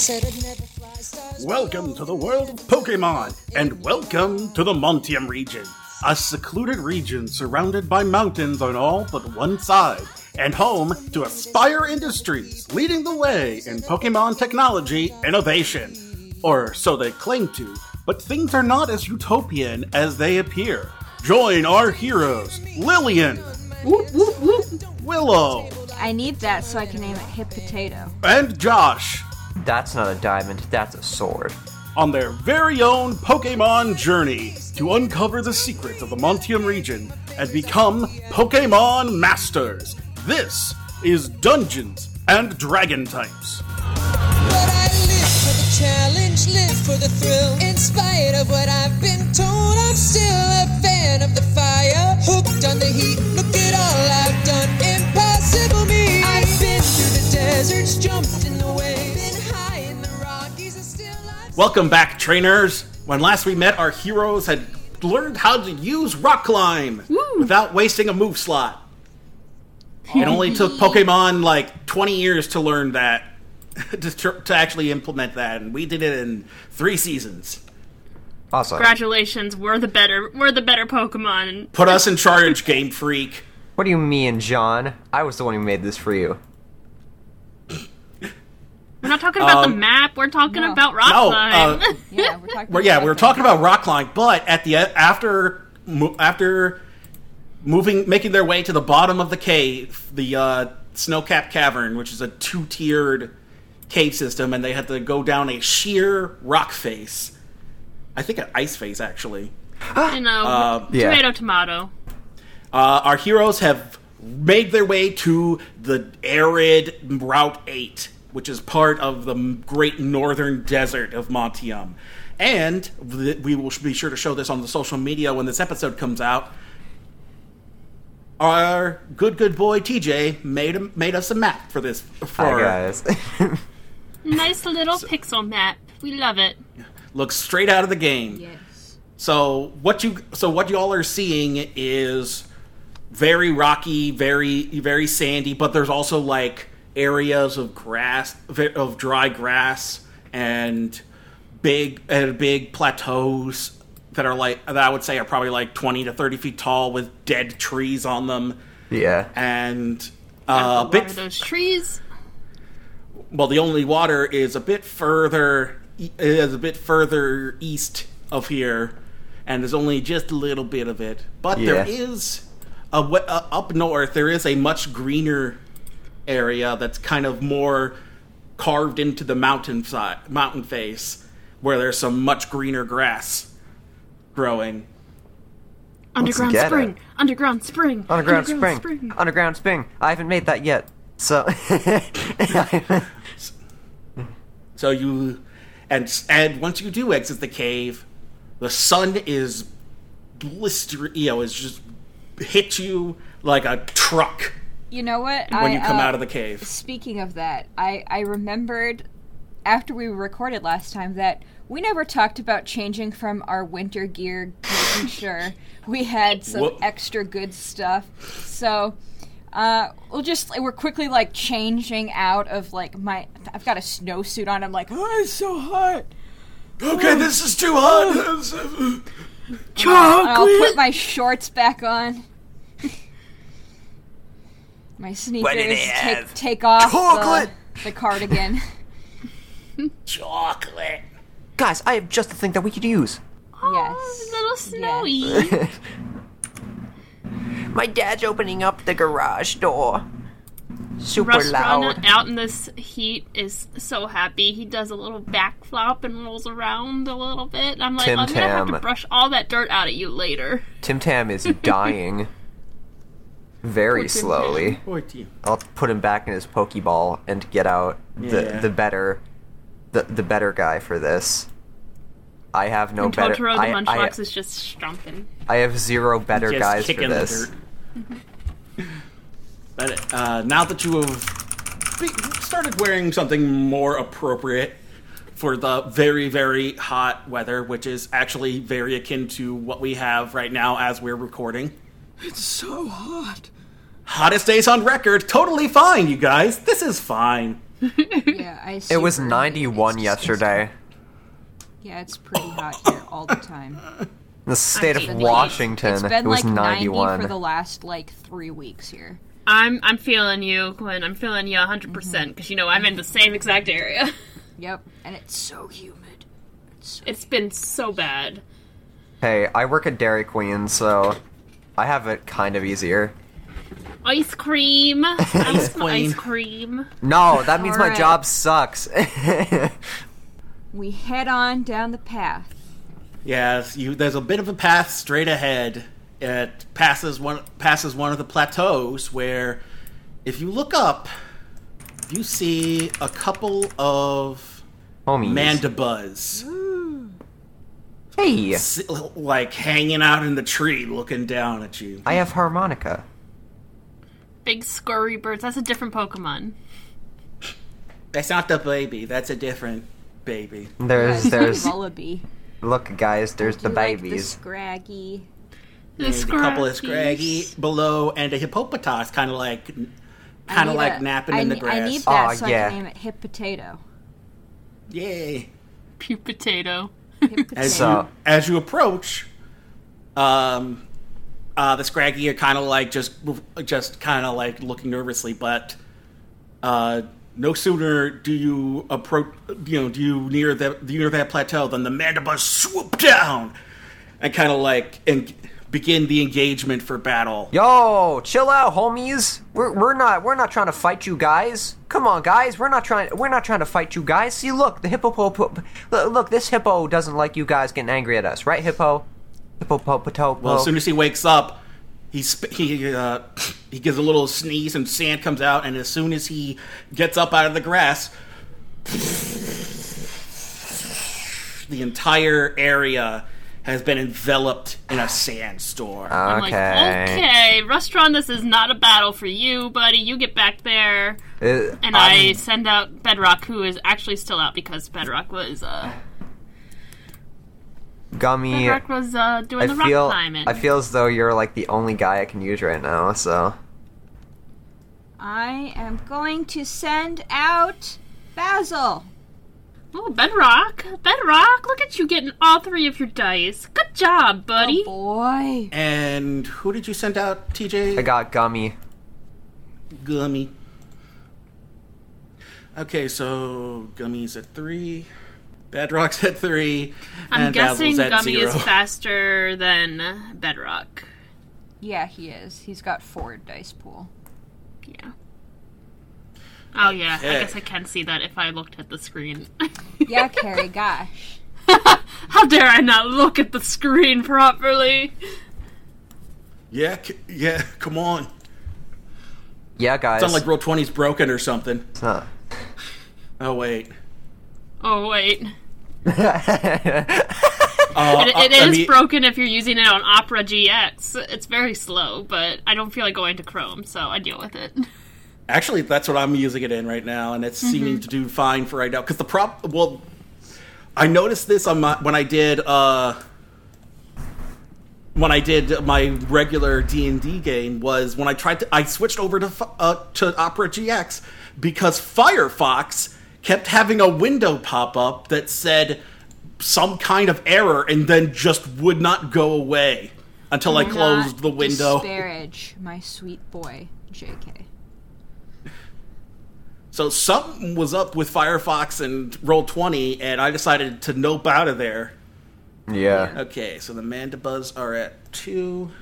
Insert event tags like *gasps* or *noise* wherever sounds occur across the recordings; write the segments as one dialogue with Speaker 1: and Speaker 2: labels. Speaker 1: said I'd never fly stars.
Speaker 2: Welcome to the world of Pokemon, and welcome to the Montium region, a secluded region surrounded by mountains on all but one side, and home to Aspire Industries, leading the way in Pokemon technology innovation. Or so they claim to, but things are not as utopian as they appear. Join our heroes Lillian, whoop, whoop, whoop, Willow,
Speaker 3: I need that so I can name it Hip Potato.
Speaker 2: and Josh
Speaker 4: That's not a diamond, that's a sword.
Speaker 2: on their very own Pokemon journey to uncover the secrets of the Montium region and become Pokemon Masters. This is Dungeons and Dragon Types.
Speaker 1: But I live for the challenge, live for the thrill. In spite of what I've been told, I'm still a fan of the fire. Hooked on the heat, look at all I've done. Impossible me. I've been through the deserts, jumped in the waves. Been high in the Rockies, and still I've
Speaker 2: Welcome back, trainers! When last we met, our heroes had learned how to use Rock Climb without wasting a move slot. It only took Pokemon like 20 years to learn that, *laughs* to, tr- to actually implement that, and we did it in three seasons.
Speaker 4: Awesome.
Speaker 5: Congratulations, we're the better we're the better Pokemon.
Speaker 2: Put us in charge, Game Freak.
Speaker 4: what do you mean, John? I was the one who made this for you.
Speaker 5: We're not talking about
Speaker 4: Um,
Speaker 5: the map, we're talking
Speaker 3: No.
Speaker 5: about rock
Speaker 2: No, uh,
Speaker 5: slime.
Speaker 3: Yeah, *laughs* we're talking.
Speaker 2: Well, yeah, we were talking about Rockline, but at the after mo- after moving, making their way to the bottom of the cave, the uh, snow-capped cavern, which is a two-tiered cave system, and they had to go down a sheer rock face. I think an ice face, actually.
Speaker 5: you know,
Speaker 4: uh, yeah.
Speaker 5: tomato tomato.
Speaker 2: Uh, our heroes have made their way to the arid Route 8, which is part of the m- great northern desert of Montium. And th- we will be sure to show this on the social media when this episode comes out. Our good, good boy TJ made a, made us a map for this. For
Speaker 4: Hi, guys.
Speaker 5: Nice little pixel map. We love it.
Speaker 2: looks straight out of the game.
Speaker 3: Yes.
Speaker 2: So what you so what y'all are seeing is very rocky, very very sandy, but there's also like areas of grass of dry grass and big and big plateaus that are like that I would say are probably like 20 to 30 feet tall with dead trees on them
Speaker 4: *laughs* yeah.
Speaker 2: and uh, a
Speaker 5: What are
Speaker 2: bit
Speaker 5: those trees?
Speaker 2: well the only water is a bit further e- is a bit further east of here and there's only just a little bit of it but there
Speaker 4: Yeah.
Speaker 2: is a, we- uh, up north there is a much greener area that's kind of more carved into the mountain side, mountain face where there's some much greener grass growing
Speaker 5: Underground
Speaker 4: get
Speaker 5: spring.
Speaker 4: it?
Speaker 5: Underground spring.
Speaker 4: Underground, spring. Uh, Underground spring. I haven't made that yet. So. *laughs*
Speaker 2: So you, and and once you do exit the cave, the sun is blistering. You know, is just hit you like a truck
Speaker 3: You know what?
Speaker 2: when
Speaker 3: I,
Speaker 2: you come
Speaker 3: uh,
Speaker 2: out of the cave.
Speaker 3: Speaking of that, I I remembered after we recorded last time that we never talked about changing from our winter gear,
Speaker 2: *laughs*
Speaker 3: making sure we had some
Speaker 2: Whoa.
Speaker 3: extra good stuff. So. Uh, we'll just we're quickly like changing out of like my I've got a snowsuit on. I'm like, oh, it's so hot.
Speaker 2: Okay, this is too
Speaker 3: *laughs*
Speaker 2: hot.
Speaker 3: And I'll put my shorts back on. *laughs* my sneakers take, take off the,
Speaker 4: Chocolate.
Speaker 3: the
Speaker 2: *laughs*
Speaker 3: *laughs* cardigan.
Speaker 2: Chocolate.
Speaker 4: guys, I have just the thing that we could use. *laughs*
Speaker 3: yes.
Speaker 2: Oh,
Speaker 5: Little snowy.
Speaker 4: My dad's opening up the garage door. Super
Speaker 5: Rustrana out in this heat is so happy. He does a little backflop and rolls around a little bit. And I'm like,
Speaker 4: Tim
Speaker 5: I'm gonna have to
Speaker 4: Tam.
Speaker 5: brush all that dirt out of you later.
Speaker 4: Tim Tam
Speaker 5: *laughs*
Speaker 4: is dying. Very
Speaker 5: Tim Tam.
Speaker 4: slowly.
Speaker 2: Boy, do you-
Speaker 4: I'll put him back in his Pokeball and get out the
Speaker 2: Yeah.
Speaker 4: the better the the better guy for this. I have no
Speaker 5: and
Speaker 4: better.
Speaker 5: Totoro the
Speaker 4: I, I,
Speaker 5: Munchbox is just stomping.
Speaker 4: I have zero better
Speaker 2: Just
Speaker 4: guys
Speaker 2: kick
Speaker 4: for
Speaker 2: in the
Speaker 4: this.
Speaker 2: dirt. *laughs* But uh, now that you have be- started wearing something more appropriate for the very, very hot weather, which is actually very akin to what we have right now as we're recording.
Speaker 6: It's so hot.
Speaker 2: Hottest days on record, totally fine, you guys. This is fine.
Speaker 3: Yeah, I
Speaker 4: It was
Speaker 3: super-
Speaker 4: 91
Speaker 3: it's-
Speaker 4: yesterday.
Speaker 3: Yeah, it's pretty hot here all the
Speaker 4: *laughs*
Speaker 3: time.
Speaker 4: The state of
Speaker 5: It's been
Speaker 4: Washington,
Speaker 3: It's been
Speaker 4: it was
Speaker 3: like
Speaker 4: 91.
Speaker 3: ninety for the last like three weeks here.
Speaker 5: I'm I'm feeling you, Glenn. I'm feeling you 100
Speaker 2: Mm-hmm.
Speaker 5: percent because you know I'm in the same exact area. *laughs*
Speaker 3: Yep, and it's so humid. It's so-
Speaker 5: It's been so bad.
Speaker 4: hey, I work at Dairy Queen, so I have it kind of easier.
Speaker 2: *laughs*
Speaker 5: Ice cream. I
Speaker 4: Ice
Speaker 5: want
Speaker 2: queen.
Speaker 5: Ice cream.
Speaker 4: No, that means my
Speaker 3: Alright.
Speaker 4: job sucks. *laughs*
Speaker 3: we head on down the path.
Speaker 2: Yes, you. There's a bit of a path straight ahead. It passes one passes one of the plateaus where, if you look up, you see a couple of
Speaker 4: Homies.
Speaker 2: mandibuzz.
Speaker 3: Hmm.
Speaker 4: hey,
Speaker 2: s- like hanging out in the tree looking down at you.
Speaker 4: I have harmonica.
Speaker 5: Big scurry birds. That's a different Pokemon.
Speaker 2: That's not the baby, that's a different baby.
Speaker 4: There's,
Speaker 3: *laughs*
Speaker 4: there's,
Speaker 3: Vullaby.
Speaker 4: look, guys, there's the
Speaker 3: You like the
Speaker 4: babies.
Speaker 3: scraggy.
Speaker 2: There's a couple of scraggy below and a hippopotamus kind of like kind
Speaker 3: I
Speaker 2: of
Speaker 3: need
Speaker 2: like
Speaker 3: a-
Speaker 2: napping
Speaker 3: I
Speaker 2: in the
Speaker 3: ne-
Speaker 2: grass.
Speaker 3: I need that
Speaker 4: Aw,
Speaker 3: so
Speaker 4: Ah, yeah.
Speaker 3: I can name it Hip Potato.
Speaker 2: Yay.
Speaker 5: Pew potato.
Speaker 3: Hip Potato.
Speaker 2: As
Speaker 4: So-
Speaker 2: you as you approach um uh, the scraggy are kind of like just just kind of like looking nervously but uh no sooner do you approach you know do you near that near that plateau than the mandibuzz swoop down and kind of like and begin the engagement for battle
Speaker 4: Yo, chill out, homies. We're, we're not we're not trying to fight you guys. Come on, guys. We're not trying we're not trying to fight you guys. See, look, the hippo look, look, this hippo doesn't like you guys getting angry at us, right, hippo? Hippo
Speaker 2: well
Speaker 4: Oh.
Speaker 2: as soon as he wakes up he sp- he uh, he gives a little sneeze and sand comes out and as soon as he gets up out of the grass the entire area has been enveloped in a sandstorm
Speaker 4: Uh.
Speaker 5: I'm like, okay, restaurant. This is not a battle for you, buddy. You get back there.
Speaker 4: Uh,
Speaker 5: And I send out Bedrock, who is actually still out because Bedrock was uh,
Speaker 4: gummy.
Speaker 5: Bedrock was uh, doing
Speaker 4: I
Speaker 5: the rock
Speaker 4: feel
Speaker 5: climbing.
Speaker 4: I feel as though you're like the only guy I can use right now. So
Speaker 3: I am going to send out Basil.
Speaker 5: oh, Bedrock, Bedrock, look at you getting all three of your dice. Good job, buddy.
Speaker 3: Oh,
Speaker 4: Oh,
Speaker 3: Boy.
Speaker 2: and who did you send out tj
Speaker 4: I got gummy.
Speaker 2: Gummy. Okay, so Gummy's at three. Bedrock's at three.
Speaker 5: I'm
Speaker 2: and
Speaker 5: guessing
Speaker 2: Basil's at
Speaker 5: Gummy
Speaker 2: zero. *laughs*
Speaker 5: is faster than Bedrock.
Speaker 3: Yeah, he is. He's got four dice pool.
Speaker 2: *laughs*
Speaker 5: Yeah. Oh yeah, I
Speaker 2: Okay.
Speaker 5: guess I can see that if I looked at the screen. *laughs*
Speaker 3: Yeah, Carrie,
Speaker 2: *laughs*
Speaker 3: gosh.
Speaker 5: How dare I not look at the screen properly?
Speaker 2: Yeah, c- yeah, come on.
Speaker 4: Yeah, guys.
Speaker 2: Sound like Roll 20's broken or something.
Speaker 4: It's not- *laughs*
Speaker 2: Oh, wait.
Speaker 5: Oh wait.
Speaker 2: Uh,
Speaker 5: It,
Speaker 2: I-
Speaker 5: it is
Speaker 2: I mean-
Speaker 5: broken if you're using it on Opera GX. It's very slow, but I don't feel like going to Chrome, so I deal with it. *laughs*
Speaker 2: Actually, that's what I'm using it in right now, and it's seeming to do fine for right now. Because the prop, well, I noticed this on my when I did uh, when I did my regular D and D game was when I tried to I switched over to F- uh, to Opera GX because Firefox kept having a window pop up that said some kind of error and then just would not go away until I closed
Speaker 3: Not
Speaker 2: the window.
Speaker 3: Disparage my sweet boy, JK.
Speaker 2: So something was up with Firefox and Roll Twenty, and I decided to nope out of there.
Speaker 4: yeah.
Speaker 2: Okay, so the Mandibuzz are at two,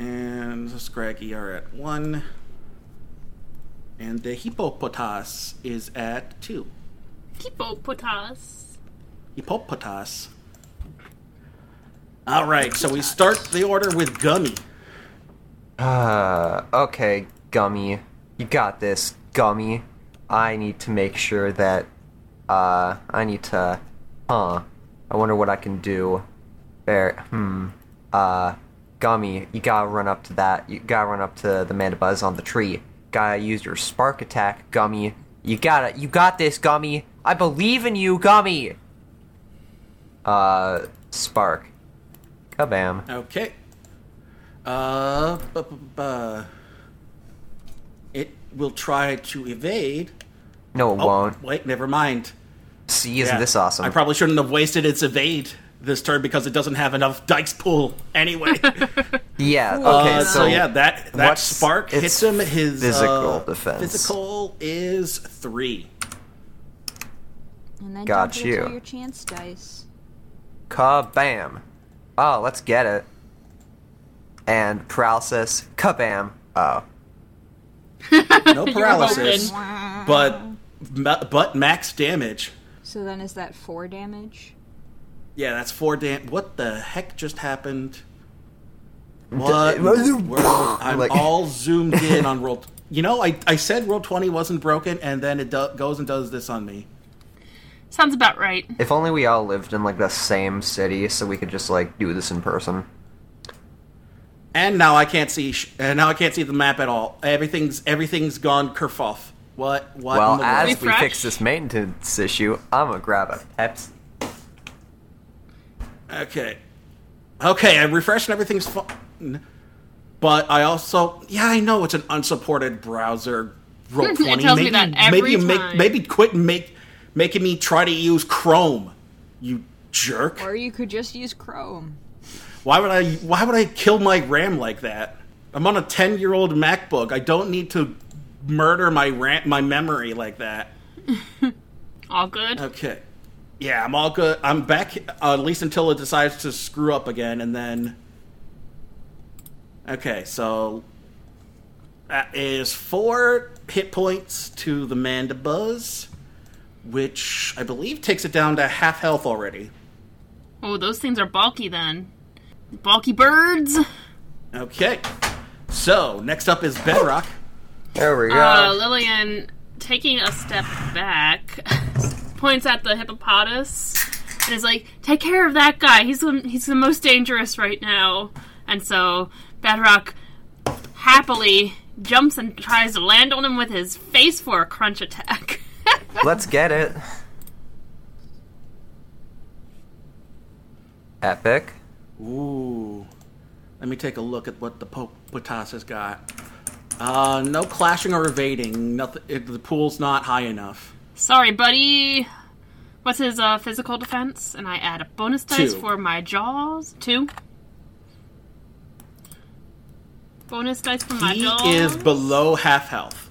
Speaker 2: and the Scraggy are at one, and the Hippopotas is at two.
Speaker 5: Hippopotas.
Speaker 2: Hippopotas. All right, so we start the order with Gummy.
Speaker 4: Uh, okay, Gummy. You got this, Gummy. I need to make sure that, uh, I need to, huh. I wonder what I can do. There, hmm. Uh, Gummy, you gotta run up to that. You gotta run up to the Mandibuzz on the tree. Gotta use your spark attack, Gummy. You gotta, you got this, Gummy. I believe in you, Gummy! Uh, spark. Kabam.
Speaker 2: Okay. Uh, bu- bu- bu- it will try to evade.
Speaker 4: No, it
Speaker 2: Oh,
Speaker 4: won't.
Speaker 2: Wait, never mind.
Speaker 4: See, isn't
Speaker 2: Yeah.
Speaker 4: this awesome?
Speaker 2: I probably shouldn't have wasted its evade this turn because it doesn't have enough dice pool anyway.
Speaker 4: yeah. Okay.
Speaker 2: Uh,
Speaker 4: so,
Speaker 2: so, yeah, that that
Speaker 4: what's
Speaker 2: spark
Speaker 4: its
Speaker 2: hits him. His
Speaker 4: physical
Speaker 2: uh,
Speaker 4: defense?
Speaker 2: Physical is three.
Speaker 3: And then don't
Speaker 4: Got
Speaker 3: forget to
Speaker 4: you.
Speaker 3: roll your chance dice.
Speaker 4: kabam. Oh, let's get it. And paralysis, kabam. Oh,
Speaker 2: No paralysis,
Speaker 5: golden.
Speaker 2: but ma- but max damage.
Speaker 3: So then is that four damage?
Speaker 2: Yeah, that's four dam. What the heck just happened?
Speaker 4: D-
Speaker 2: What? in the
Speaker 4: *laughs*
Speaker 2: world? I'm
Speaker 4: Like-
Speaker 2: all zoomed in on roll. You know, I, I said roll twenty wasn't broken, and then it do- goes and does this on me.
Speaker 5: Sounds about right.
Speaker 4: if only we all lived in like the same city, so we could just like do this in person.
Speaker 2: And now I can't see. Sh- and now I can't see the map at all. Everything's everything's gone kerfuff. What? What? in
Speaker 4: Well,
Speaker 2: the world?
Speaker 4: as we
Speaker 5: Refresh.
Speaker 4: fix this maintenance issue, I'm gonna grab a Pepsi.
Speaker 2: Okay. Okay, I refreshed and everything's fine. But I also, yeah, I know it's an unsupported
Speaker 5: *laughs*
Speaker 2: browser. Roll
Speaker 5: It
Speaker 2: twenty.
Speaker 5: tells me
Speaker 2: maybe,
Speaker 5: that every
Speaker 2: maybe
Speaker 5: time.
Speaker 2: make, maybe quit make making me try to use Chrome. You jerk!
Speaker 3: Or you could just use Chrome.
Speaker 2: Why would I? Why would I kill my RAM like that? I'm on a ten-year-old MacBook. I don't need to murder my RAM, my memory like that.
Speaker 5: All good.
Speaker 2: Okay. Yeah, I'm all good. I'm back uh, at least until it decides to screw up again, and then. Okay, so that is four hit points to the Mandibuzz, which I believe takes it down to half health already.
Speaker 5: Oh, those things are bulky then. Bulky birds.
Speaker 2: Okay, so next up is Bedrock.
Speaker 4: There we go.
Speaker 5: Uh, Lillian, taking a step back, *laughs* points at the hippopotamus and is like, "Take care of that guy. He's the, he's the most dangerous right now." And so Bedrock happily jumps and tries to land on him with his face for a crunch attack. *laughs*
Speaker 4: Let's get it. Epic.
Speaker 2: Ooh. Let me take a look at what the po- Potas has got. Uh, no clashing or evading. Nothing. It, the pool's not high enough.
Speaker 5: Sorry, buddy. What's his uh, physical defense? And I add a bonus dice
Speaker 2: Two.
Speaker 5: for my jaws. Two. Bonus dice for my
Speaker 2: He
Speaker 5: jaws.
Speaker 2: is below half health.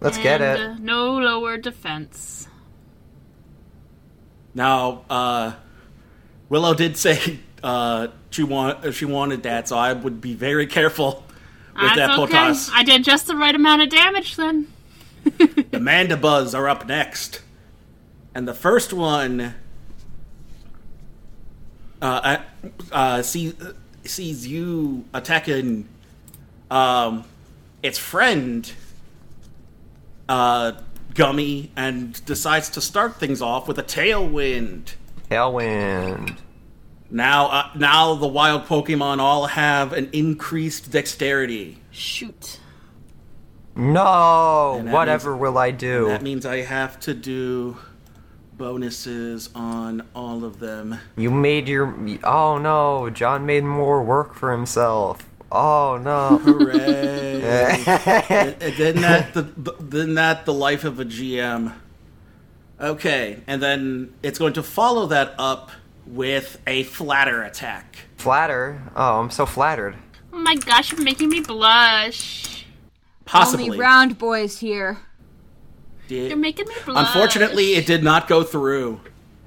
Speaker 4: Let's get
Speaker 5: And,
Speaker 4: it.
Speaker 5: uh, No lower defense.
Speaker 2: Now, uh, Willow did say uh, she want she wanted that, so I would be very careful with that
Speaker 5: That's okay.
Speaker 2: Potas.
Speaker 5: I did just the right amount of damage then.
Speaker 2: The Mandibuzz are up next. And the first one uh, uh, sees, sees you attacking um, its friend, uh, Gummy, and decides to start things off with a tailwind.
Speaker 4: Tailwind.
Speaker 2: Now, uh, now the wild Pokemon all have an increased dexterity.
Speaker 5: Shoot.
Speaker 4: No.
Speaker 2: that
Speaker 4: Whatever
Speaker 2: means-
Speaker 4: will I do?
Speaker 2: That means I have to do bonuses on all of them.
Speaker 4: you made your. Oh no! John made more work for himself. Oh
Speaker 2: *laughs*
Speaker 4: no.
Speaker 2: Hooray! then that the then that the life of a GM. Okay, and then it's going to follow that up with a flatter attack.
Speaker 4: Flatter. Oh, I'm so flattered.
Speaker 5: Oh my gosh, you're making me blush.
Speaker 2: Possibly.
Speaker 3: Only round boys here.
Speaker 2: Did-
Speaker 5: You're making me blush.
Speaker 2: Unfortunately, it did not go through.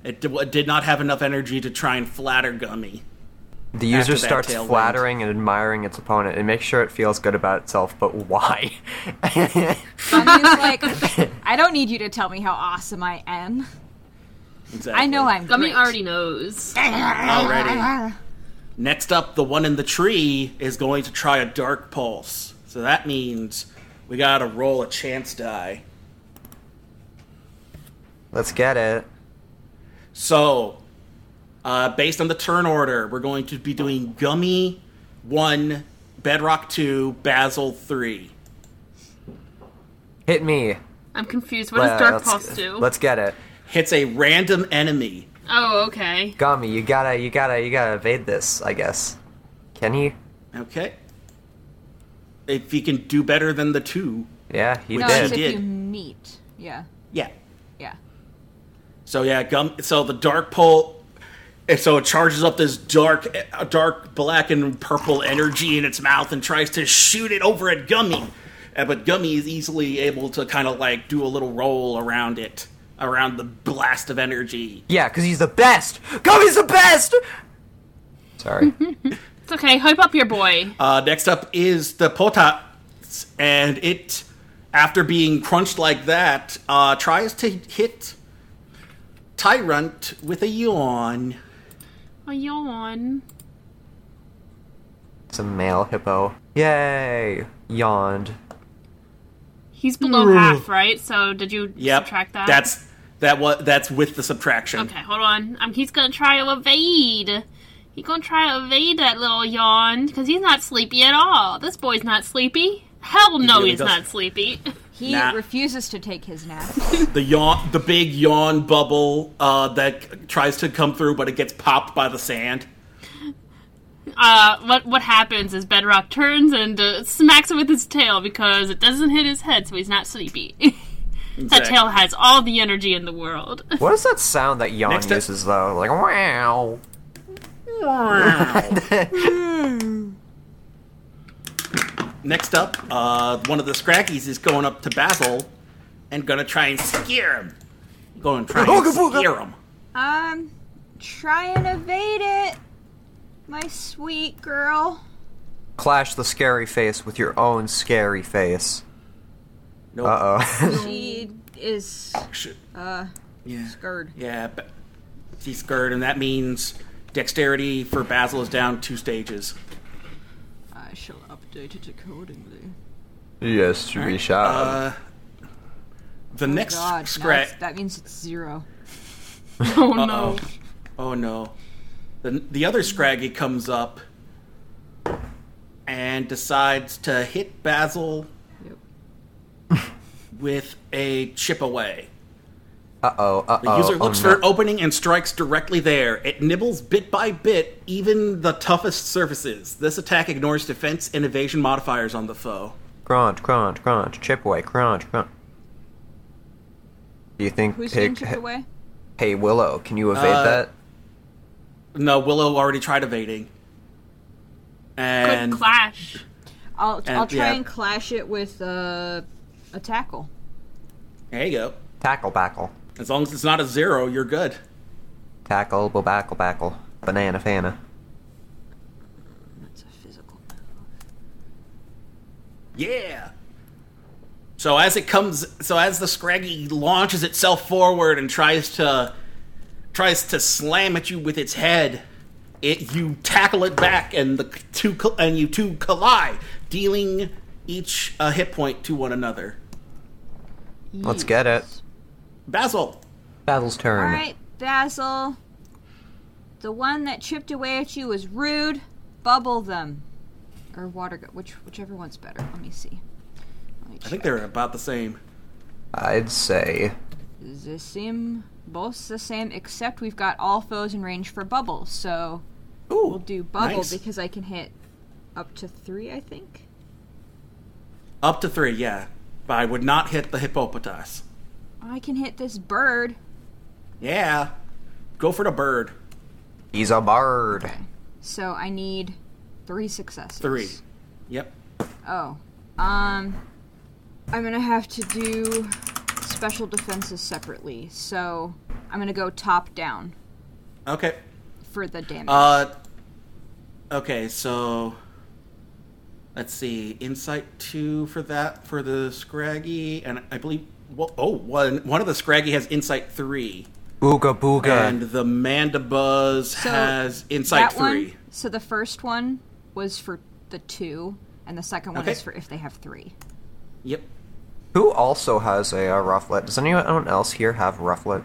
Speaker 2: It d- did not have enough energy to try and flatter Gummy.
Speaker 4: The
Speaker 2: After
Speaker 4: user
Speaker 2: that
Speaker 4: starts
Speaker 2: tailwind.
Speaker 4: flattering and admiring its opponent and makes sure it feels good about itself. But why? *laughs*
Speaker 2: *laughs*
Speaker 3: Tommy's like, I don't need you to tell me how awesome I am.
Speaker 2: Exactly.
Speaker 3: I know I'm
Speaker 5: Gummy
Speaker 3: great.
Speaker 5: already knows.
Speaker 2: already. Next up, the one in the tree is going to try a dark pulse. So that means we gotta roll a chance die.
Speaker 4: Let's get it.
Speaker 2: So, uh, based on the turn order, we're going to be doing Gummy 1, Bedrock 2, Basil 3.
Speaker 4: Hit me. Uh,
Speaker 5: I'm confused. What does Dark
Speaker 4: let's,
Speaker 5: Pulse do?
Speaker 4: Let's get it.
Speaker 2: Hits a random enemy.
Speaker 5: Oh, okay.
Speaker 4: Gummy, you gotta, you gotta, you gotta evade this, I guess. Can he?
Speaker 2: Okay. If he can do better than the 2.
Speaker 4: Yeah, he
Speaker 3: No,
Speaker 4: did.
Speaker 3: it's if
Speaker 2: He did.
Speaker 3: you meet. Yeah,
Speaker 2: Yeah.
Speaker 3: yeah.
Speaker 2: So yeah, gum. So the dark pole, and so it charges up this dark, uh, dark black and purple energy in its mouth and tries to shoot it over at Gummy, Uh, but Gummy is easily able to kind of like do a little roll around it, around the blast of energy.
Speaker 4: Yeah, because he's the best. Gummy's the best.
Speaker 5: *laughs*
Speaker 4: Sorry.
Speaker 5: It's okay. Hype up your boy.
Speaker 2: Uh, next up is the Potat, and it, after being crunched like that, uh, tries to hit Tyrant with a yawn.
Speaker 5: oh, yawn.
Speaker 4: it's a male hippo. Yay! Yawned.
Speaker 5: He's below half, right? So did you
Speaker 2: Yep,
Speaker 5: subtract that?
Speaker 2: That's that was that's with the subtraction.
Speaker 5: okay. Hold on. Um, he's gonna try to evade. He gonna try to evade that little yawn because he's not sleepy at all. This boy's not sleepy. Hell no,
Speaker 2: really
Speaker 5: he's
Speaker 2: doesn't.
Speaker 5: not sleepy.
Speaker 3: He
Speaker 2: Nah.
Speaker 3: refuses to take his nap.
Speaker 2: the yawn, the big yawn bubble uh, that c- tries to come through, but it gets popped by the sand.
Speaker 5: Uh, what what happens is Bedrock turns and uh, smacks him with his tail because it doesn't hit his head, so he's not sleepy. *laughs* that
Speaker 2: Exactly.
Speaker 5: tail has all the energy in the world. *laughs*
Speaker 4: What is that sound that yawn
Speaker 2: Next up-
Speaker 4: uses though? Like wow.
Speaker 2: Next up, uh, one of the Scraggies is going up to Basil and gonna try and scare him. Going to try and
Speaker 4: Ooga booga.
Speaker 2: scare him.
Speaker 3: um, try and evade it, my sweet girl.
Speaker 4: Clash the scary face with your own scary face.
Speaker 2: Nope.
Speaker 4: Uh oh.
Speaker 3: She is
Speaker 2: Shit.
Speaker 7: Yeah.
Speaker 3: Uh, scared.
Speaker 2: Yeah, but he's scared, and that means dexterity for Basil is down two stages.
Speaker 3: I shall update it accordingly.
Speaker 4: yes, to be shot.
Speaker 2: Uh, the next
Speaker 3: Oh God, now
Speaker 2: Scrag.
Speaker 3: it's- that means it's zero.
Speaker 5: oh no.
Speaker 2: Oh no. The, the other Scraggy comes up and decides to hit Basil
Speaker 3: Yep.
Speaker 2: with a chip away.
Speaker 4: Uh oh. Uh
Speaker 2: The
Speaker 4: oh.
Speaker 2: user looks for an opening and strikes directly there. It nibbles bit by bit, even the toughest surfaces. This attack ignores defense and evasion modifiers on the foe.
Speaker 4: Crunch, crunch, crunch. Chip away. Crunch, crunch. Do you think
Speaker 3: Who's getting
Speaker 4: Pig?
Speaker 3: chipped away?
Speaker 4: Hey Willow, can you evade
Speaker 2: Uh,
Speaker 4: that?
Speaker 2: No, Willow already tried evading. And
Speaker 5: Good clash.
Speaker 3: I'll
Speaker 2: And-
Speaker 3: I'll try
Speaker 2: yeah.
Speaker 3: and clash it with uh, a tackle.
Speaker 2: there you go.
Speaker 4: Tackle, backle.
Speaker 2: As long as it's not a zero, you're good.
Speaker 4: Tackle, bo backle, backle. Banana, fana.
Speaker 3: That's a physical.
Speaker 2: Yeah. So as it comes, so as the Scraggy launches itself forward and tries to tries to slam at you with its head, it you tackle it back, and the two col- and you two collide, dealing each a hit point to one another.
Speaker 4: Let's get it.
Speaker 2: Basil,
Speaker 4: Basil's turn.
Speaker 3: All right, Basil. The one that chipped away at you was rude. Bubble them, or water. Go- which whichever one's better. Let me see. Let me
Speaker 2: I
Speaker 3: check.
Speaker 2: think they're about the same.
Speaker 4: I'd say
Speaker 3: the same, both the same, except we've got all foes in range for bubble. So
Speaker 2: Ooh,
Speaker 3: we'll do bubble
Speaker 2: nice.
Speaker 3: because I can hit up to three. I think.
Speaker 2: up to three. Yeah, but I would not hit the hippopotas.
Speaker 3: I can hit this bird.
Speaker 2: Yeah, go for the bird.
Speaker 4: he's a bird.
Speaker 3: So I need three successes.
Speaker 2: Three. Yep.
Speaker 3: Oh. Um I'm gonna have to do special defenses separately, so I'm gonna go top down
Speaker 2: Okay.
Speaker 3: for the damage.
Speaker 2: Uh, okay, so let's see, insight two for that for the Scraggy, and I believe well, oh one one of the Scraggy has insight three,
Speaker 4: Ooga booga.
Speaker 2: and the Mandibuzz
Speaker 3: So
Speaker 2: has insight
Speaker 3: that
Speaker 2: three.
Speaker 3: one so the first one was for the two, and the second one
Speaker 2: Okay.
Speaker 3: is for if they have three.
Speaker 2: Yep,
Speaker 4: Who also has a, uh rufflet? Does anyone else here have rufflet?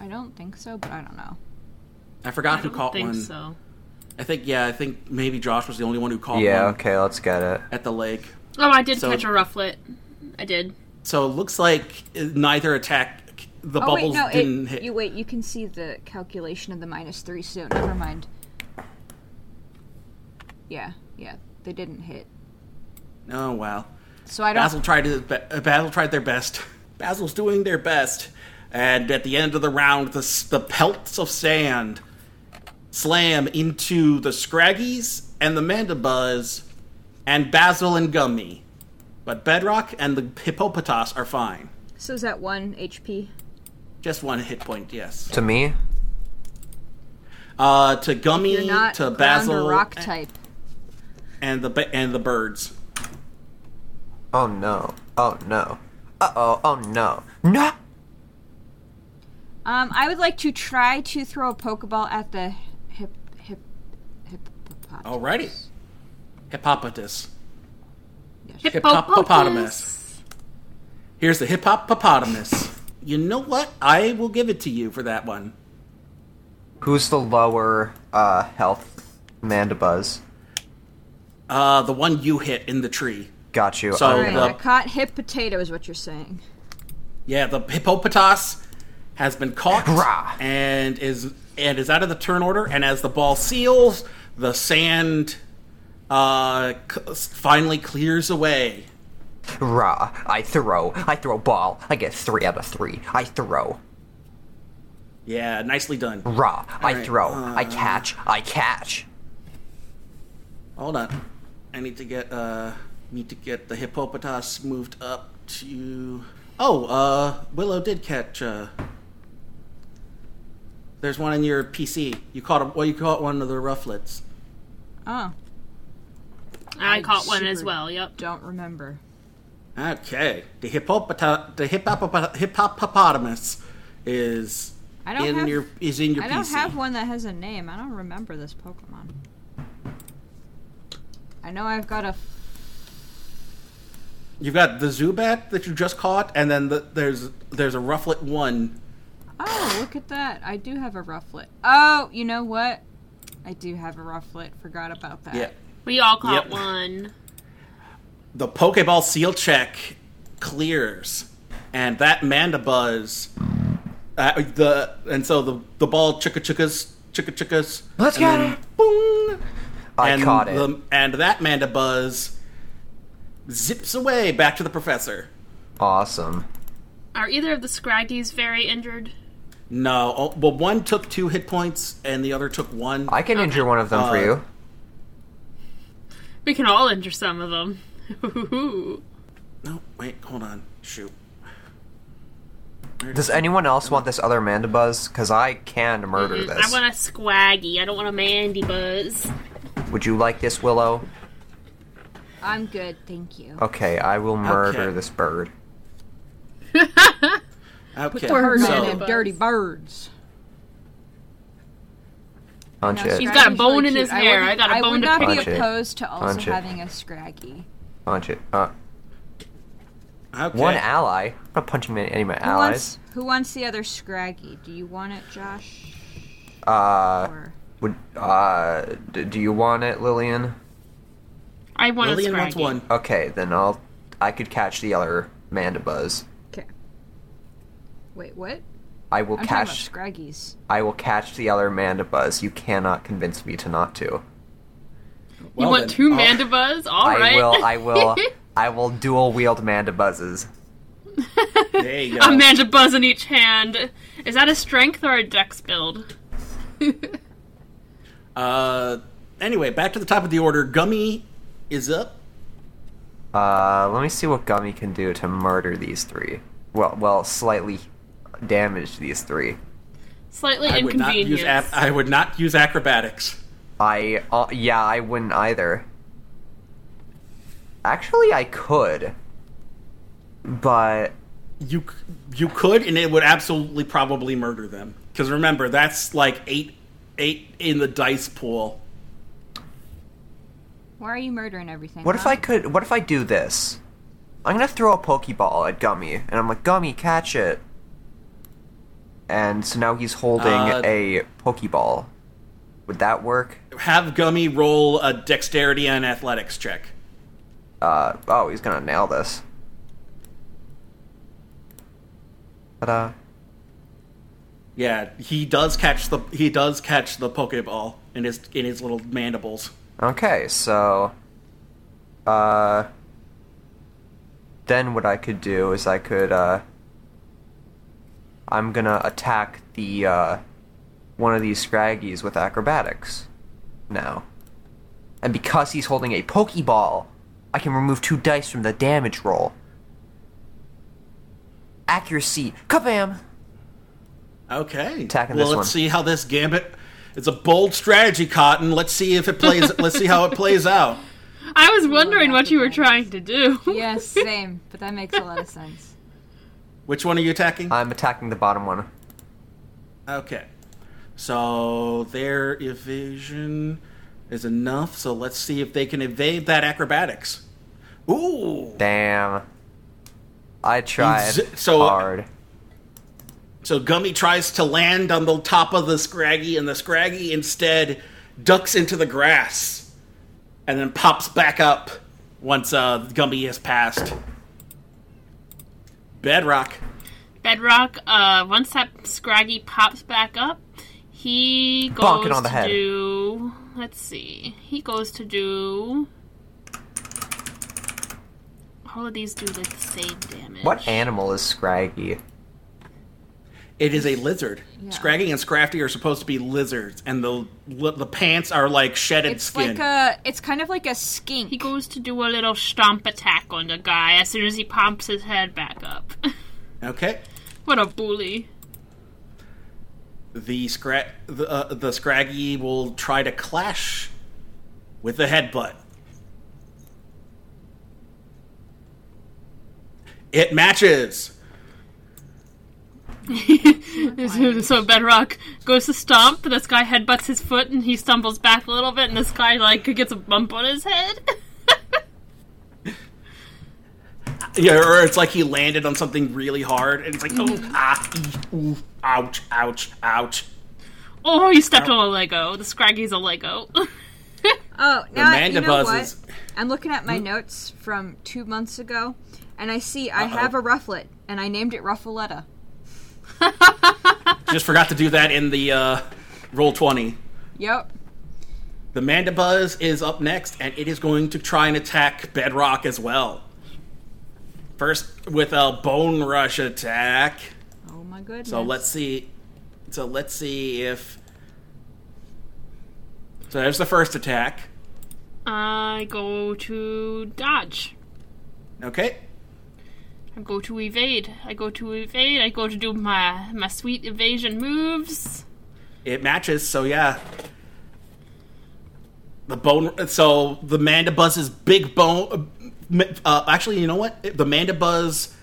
Speaker 3: I don't think so, but I don't know.
Speaker 2: I forgot
Speaker 5: I
Speaker 2: who
Speaker 5: don't
Speaker 2: caught
Speaker 5: think
Speaker 2: one.
Speaker 5: so.
Speaker 2: I think yeah, I think maybe Josh was the only one who caught
Speaker 4: Yeah.
Speaker 2: one
Speaker 4: Okay, let's get it.
Speaker 2: at the lake.
Speaker 5: Oh, I did
Speaker 2: So-
Speaker 5: catch a rufflet. I did.
Speaker 2: So it looks like neither attack. The
Speaker 3: Oh wait,
Speaker 2: bubbles
Speaker 3: no,
Speaker 2: didn't
Speaker 3: it,
Speaker 2: hit.
Speaker 3: you wait, you can see the calculation of the minus three, so never mind. Yeah, yeah. They didn't hit.
Speaker 2: Oh wow.
Speaker 3: So I don't.
Speaker 2: Basil tried his be- uh, Basil tried their best. *laughs* Basil's doing their best, and at the end of the round, the s- the pelts of sand slam into the Scraggies and the Mandibuzz, and Basil and Gummy, but Bedrock and the Hippopotas are fine.
Speaker 3: So is that one HP?
Speaker 2: Just one hit point, yes.
Speaker 4: To me,
Speaker 2: Uh, to Gummy,
Speaker 3: You're not
Speaker 2: to
Speaker 3: ground
Speaker 2: Basil,
Speaker 3: or rock
Speaker 2: a-
Speaker 3: type.
Speaker 2: and the ba- and the birds.
Speaker 4: oh no, oh no, uh oh, oh no, no.
Speaker 3: Um, I would like to try to throw a pokeball at the hip hip hippopotamus.
Speaker 2: Alrighty, Hippopotas.
Speaker 5: Hippopotamus.
Speaker 2: Here's the hippopotamus. You know what? I will give it to you for that one.
Speaker 4: Who's the lower uh, health Mandibuzz?
Speaker 2: Uh, the one you hit in the tree.
Speaker 4: Got you. Oh,
Speaker 2: So-
Speaker 4: I'm
Speaker 3: Right,
Speaker 4: gonna-
Speaker 3: I caught hip potato is what you're saying.
Speaker 2: Yeah, the hippopotas has been caught
Speaker 4: Hurrah.
Speaker 2: and is and is out of the turn order. And as the ball seals, the sand uh, c- finally clears away.
Speaker 4: Rah. I throw. I throw ball. I get three out of three. I throw.
Speaker 2: Yeah, nicely done.
Speaker 4: Rah. I
Speaker 2: Alright, uh,
Speaker 4: throw. I catch. I catch.
Speaker 2: Hold on. I need to get uh need to get the hippopotas moved up to Oh, uh Willow did catch uh There's one in your PC. You caught a well you caught one of the rufflets.
Speaker 3: Oh,
Speaker 5: I caught one as
Speaker 3: super-
Speaker 5: well. Yep.
Speaker 3: don't remember.
Speaker 2: Okay. The hippopota the hippopota hippopotamus is
Speaker 3: I don't
Speaker 2: in
Speaker 3: have-
Speaker 2: your is in your
Speaker 3: I
Speaker 2: PC.
Speaker 3: don't have one that has a name. I don't remember this Pokemon. I know I've got a. F-
Speaker 2: You've got the Zubat that you just caught and then the, there's there's a rufflet one.
Speaker 3: oh, look at that! I do have a rufflet. Oh, you know what? I do have a rufflet. Forgot about that.
Speaker 2: Yeah.
Speaker 5: We all caught
Speaker 2: Yep.
Speaker 5: one.
Speaker 2: the Pokeball seal check clears, and that Mandibuzz, uh, the and so the the ball chicka chickas chicka chickas. and
Speaker 4: Let's get
Speaker 2: then
Speaker 4: it.
Speaker 2: Boom,
Speaker 4: I
Speaker 2: and
Speaker 4: caught it.
Speaker 2: the- and that Mandibuzz zips away back to the professor.
Speaker 4: Awesome.
Speaker 5: Are either of the Scraggies very injured?
Speaker 2: No, oh, well, one took two hit points, and the other took one.
Speaker 4: I can injure one of them for
Speaker 2: Uh,
Speaker 4: you.
Speaker 5: We can all injure some of *laughs* them.
Speaker 2: no, wait, hold on, shoot.
Speaker 4: Does anyone else want this other Mandibuzz? Because I can murder this.
Speaker 5: I want a squaggy. I don't want a Mandy Buzz.
Speaker 4: Would you like this, Willow?
Speaker 3: I'm good, thank you.
Speaker 4: Okay, I will murder
Speaker 2: Okay.
Speaker 4: this bird.
Speaker 2: Okay,
Speaker 3: Birdman
Speaker 5: so-
Speaker 3: and dirty birds.
Speaker 4: Punch
Speaker 3: No,
Speaker 4: it.
Speaker 5: He's got a
Speaker 3: Scraggy's
Speaker 5: bone
Speaker 3: really
Speaker 5: in his
Speaker 3: cute.
Speaker 5: hair.
Speaker 3: wouldn't-
Speaker 5: I got a bone
Speaker 3: would
Speaker 5: to
Speaker 3: not
Speaker 4: pick.
Speaker 3: be
Speaker 4: Punch it.
Speaker 3: opposed to also
Speaker 4: Punch it.
Speaker 3: having a scraggy.
Speaker 4: Punch it. Uh,
Speaker 2: okay.
Speaker 4: One ally. I'm not punching any any of my
Speaker 3: Who
Speaker 4: allies.
Speaker 3: wants, who wants the other scraggy? Do you want it, Josh?
Speaker 4: Uh,
Speaker 3: Or
Speaker 4: would uh, d- do you want it, Lillian?
Speaker 5: I want
Speaker 2: Lillian
Speaker 5: a
Speaker 2: wants
Speaker 5: scraggy.
Speaker 2: one.
Speaker 4: Okay, then I'll. I could catch the other Mandibuzz.
Speaker 3: okay. Wait, what?
Speaker 4: I will
Speaker 3: I'm
Speaker 4: catch.
Speaker 3: talking about scraggies.
Speaker 4: I will catch the other Mandibuzz. You cannot convince me to not to.
Speaker 5: You
Speaker 2: Well,
Speaker 5: want
Speaker 2: then,
Speaker 5: two
Speaker 2: I'll-
Speaker 5: Mandibuzz? All
Speaker 4: I
Speaker 5: right.
Speaker 4: will.
Speaker 5: *laughs*
Speaker 3: *laughs*
Speaker 4: I will. I will dual wield Mandibuzzes.
Speaker 2: There you go.
Speaker 4: *laughs*
Speaker 5: a Mandibuzz in each hand. Is that a strength or a dex build?
Speaker 2: Uh, anyway, back to the top of the order. Gummy is up.
Speaker 4: Uh, let me see what Gummy can do to murder these three. Well, well, slightly damage these three.
Speaker 5: Slightly
Speaker 2: I would not
Speaker 5: inconvenient.
Speaker 2: use ac- I would not use acrobatics.
Speaker 4: I, uh, yeah, I wouldn't either. Actually, I could, but
Speaker 2: You c- you could, and it would absolutely probably murder them. Because remember, that's like eight eight in the dice pool.
Speaker 3: Why are you murdering everything?
Speaker 4: what
Speaker 3: *laughs*
Speaker 4: if I could? What if I do this? I'm gonna throw a Pokeball at Gummy, and I'm like, Gummy, catch it. And so now he's holding
Speaker 2: Uh,
Speaker 4: a Pokeball. Would that work?
Speaker 2: Have Gummy roll a dexterity and athletics check.
Speaker 4: Uh, oh, he's gonna nail this. Ta-da.
Speaker 2: Yeah, he does catch the he does catch the pokeball in his in his little mandibles.
Speaker 4: Okay, so, uh, then what I could do is I could uh I'm gonna attack the uh one of these scraggies with acrobatics now. And because he's holding a Pokeball, I can remove two dice from the damage roll. Accuracy. Kabam!
Speaker 2: Okay.
Speaker 4: Attacking
Speaker 2: well,
Speaker 4: this
Speaker 2: let's
Speaker 4: one.
Speaker 2: see how this gambit. It's a bold strategy, Cotton. Let's see if it plays. let's see how it plays out.
Speaker 5: I was wondering what you were trying to do.
Speaker 3: Yes, same, but that makes a lot of
Speaker 4: *laughs*
Speaker 3: sense.
Speaker 2: Which one are you attacking?
Speaker 4: I'm attacking the bottom one.
Speaker 2: Okay. So their evasion is enough. So let's see if they can evade that acrobatics. Ooh.
Speaker 4: Damn. I tried
Speaker 2: z- so- uh,
Speaker 4: hard.
Speaker 2: So Gummy tries to land on the top of the Scraggy, and the Scraggy instead ducks into the grass and then pops back up once uh, Gummy has passed. Bedrock.
Speaker 5: Bedrock, uh, once that Scraggy pops back up, he goes
Speaker 4: Bonk it on the
Speaker 5: to
Speaker 4: head.
Speaker 5: do. Let's see. He goes to do. All of these do like the same damage.
Speaker 4: What animal is Scraggy?
Speaker 2: It is a lizard. Scraggy and Scrafty are supposed to be lizards, and the the pants are like shedded
Speaker 3: It's
Speaker 2: skin.
Speaker 3: like a, it's kind of like a skink.
Speaker 5: He goes to do a little stomp attack on the guy as soon as he pops his head back up. *laughs*
Speaker 2: okay.
Speaker 5: what a bully.
Speaker 2: the scra- the, uh, the scraggy will try to clash with the headbutt. It matches.
Speaker 5: so Bedrock goes to stomp, this guy headbutts his foot and he stumbles back a little bit and this guy like gets a bump on his head. *laughs*
Speaker 2: Yeah, or it's like he landed on something really hard, and it's like, oh,
Speaker 3: Mm-hmm.
Speaker 2: ah, ee, ooh, ouch, ouch, ouch.
Speaker 5: oh, he stepped on a Lego. The Scraggy's a Lego. *laughs*
Speaker 3: Oh,
Speaker 2: The
Speaker 3: now I- you know
Speaker 2: mandibuzz
Speaker 3: what?
Speaker 2: is- Hmm?
Speaker 3: I'm looking at my notes from two months ago, and I see I have a rufflet, and I named it Ruffaletta.
Speaker 2: Just forgot to do that in the uh, roll twenty.
Speaker 3: Yep.
Speaker 2: The Mandibuzz is up next, and it is going to try and attack Bedrock as well. First, with a Bone Rush attack.
Speaker 3: Oh my goodness.
Speaker 2: So let's see. So let's see if. So there's the first attack.
Speaker 5: I go to dodge.
Speaker 2: Okay.
Speaker 5: I go to evade. I go to evade. I go to do my my sweet evasion moves.
Speaker 2: It matches, so yeah. The bone. So the Mandibuzz's big bone. Uh, actually, you know what? The Mandibuzz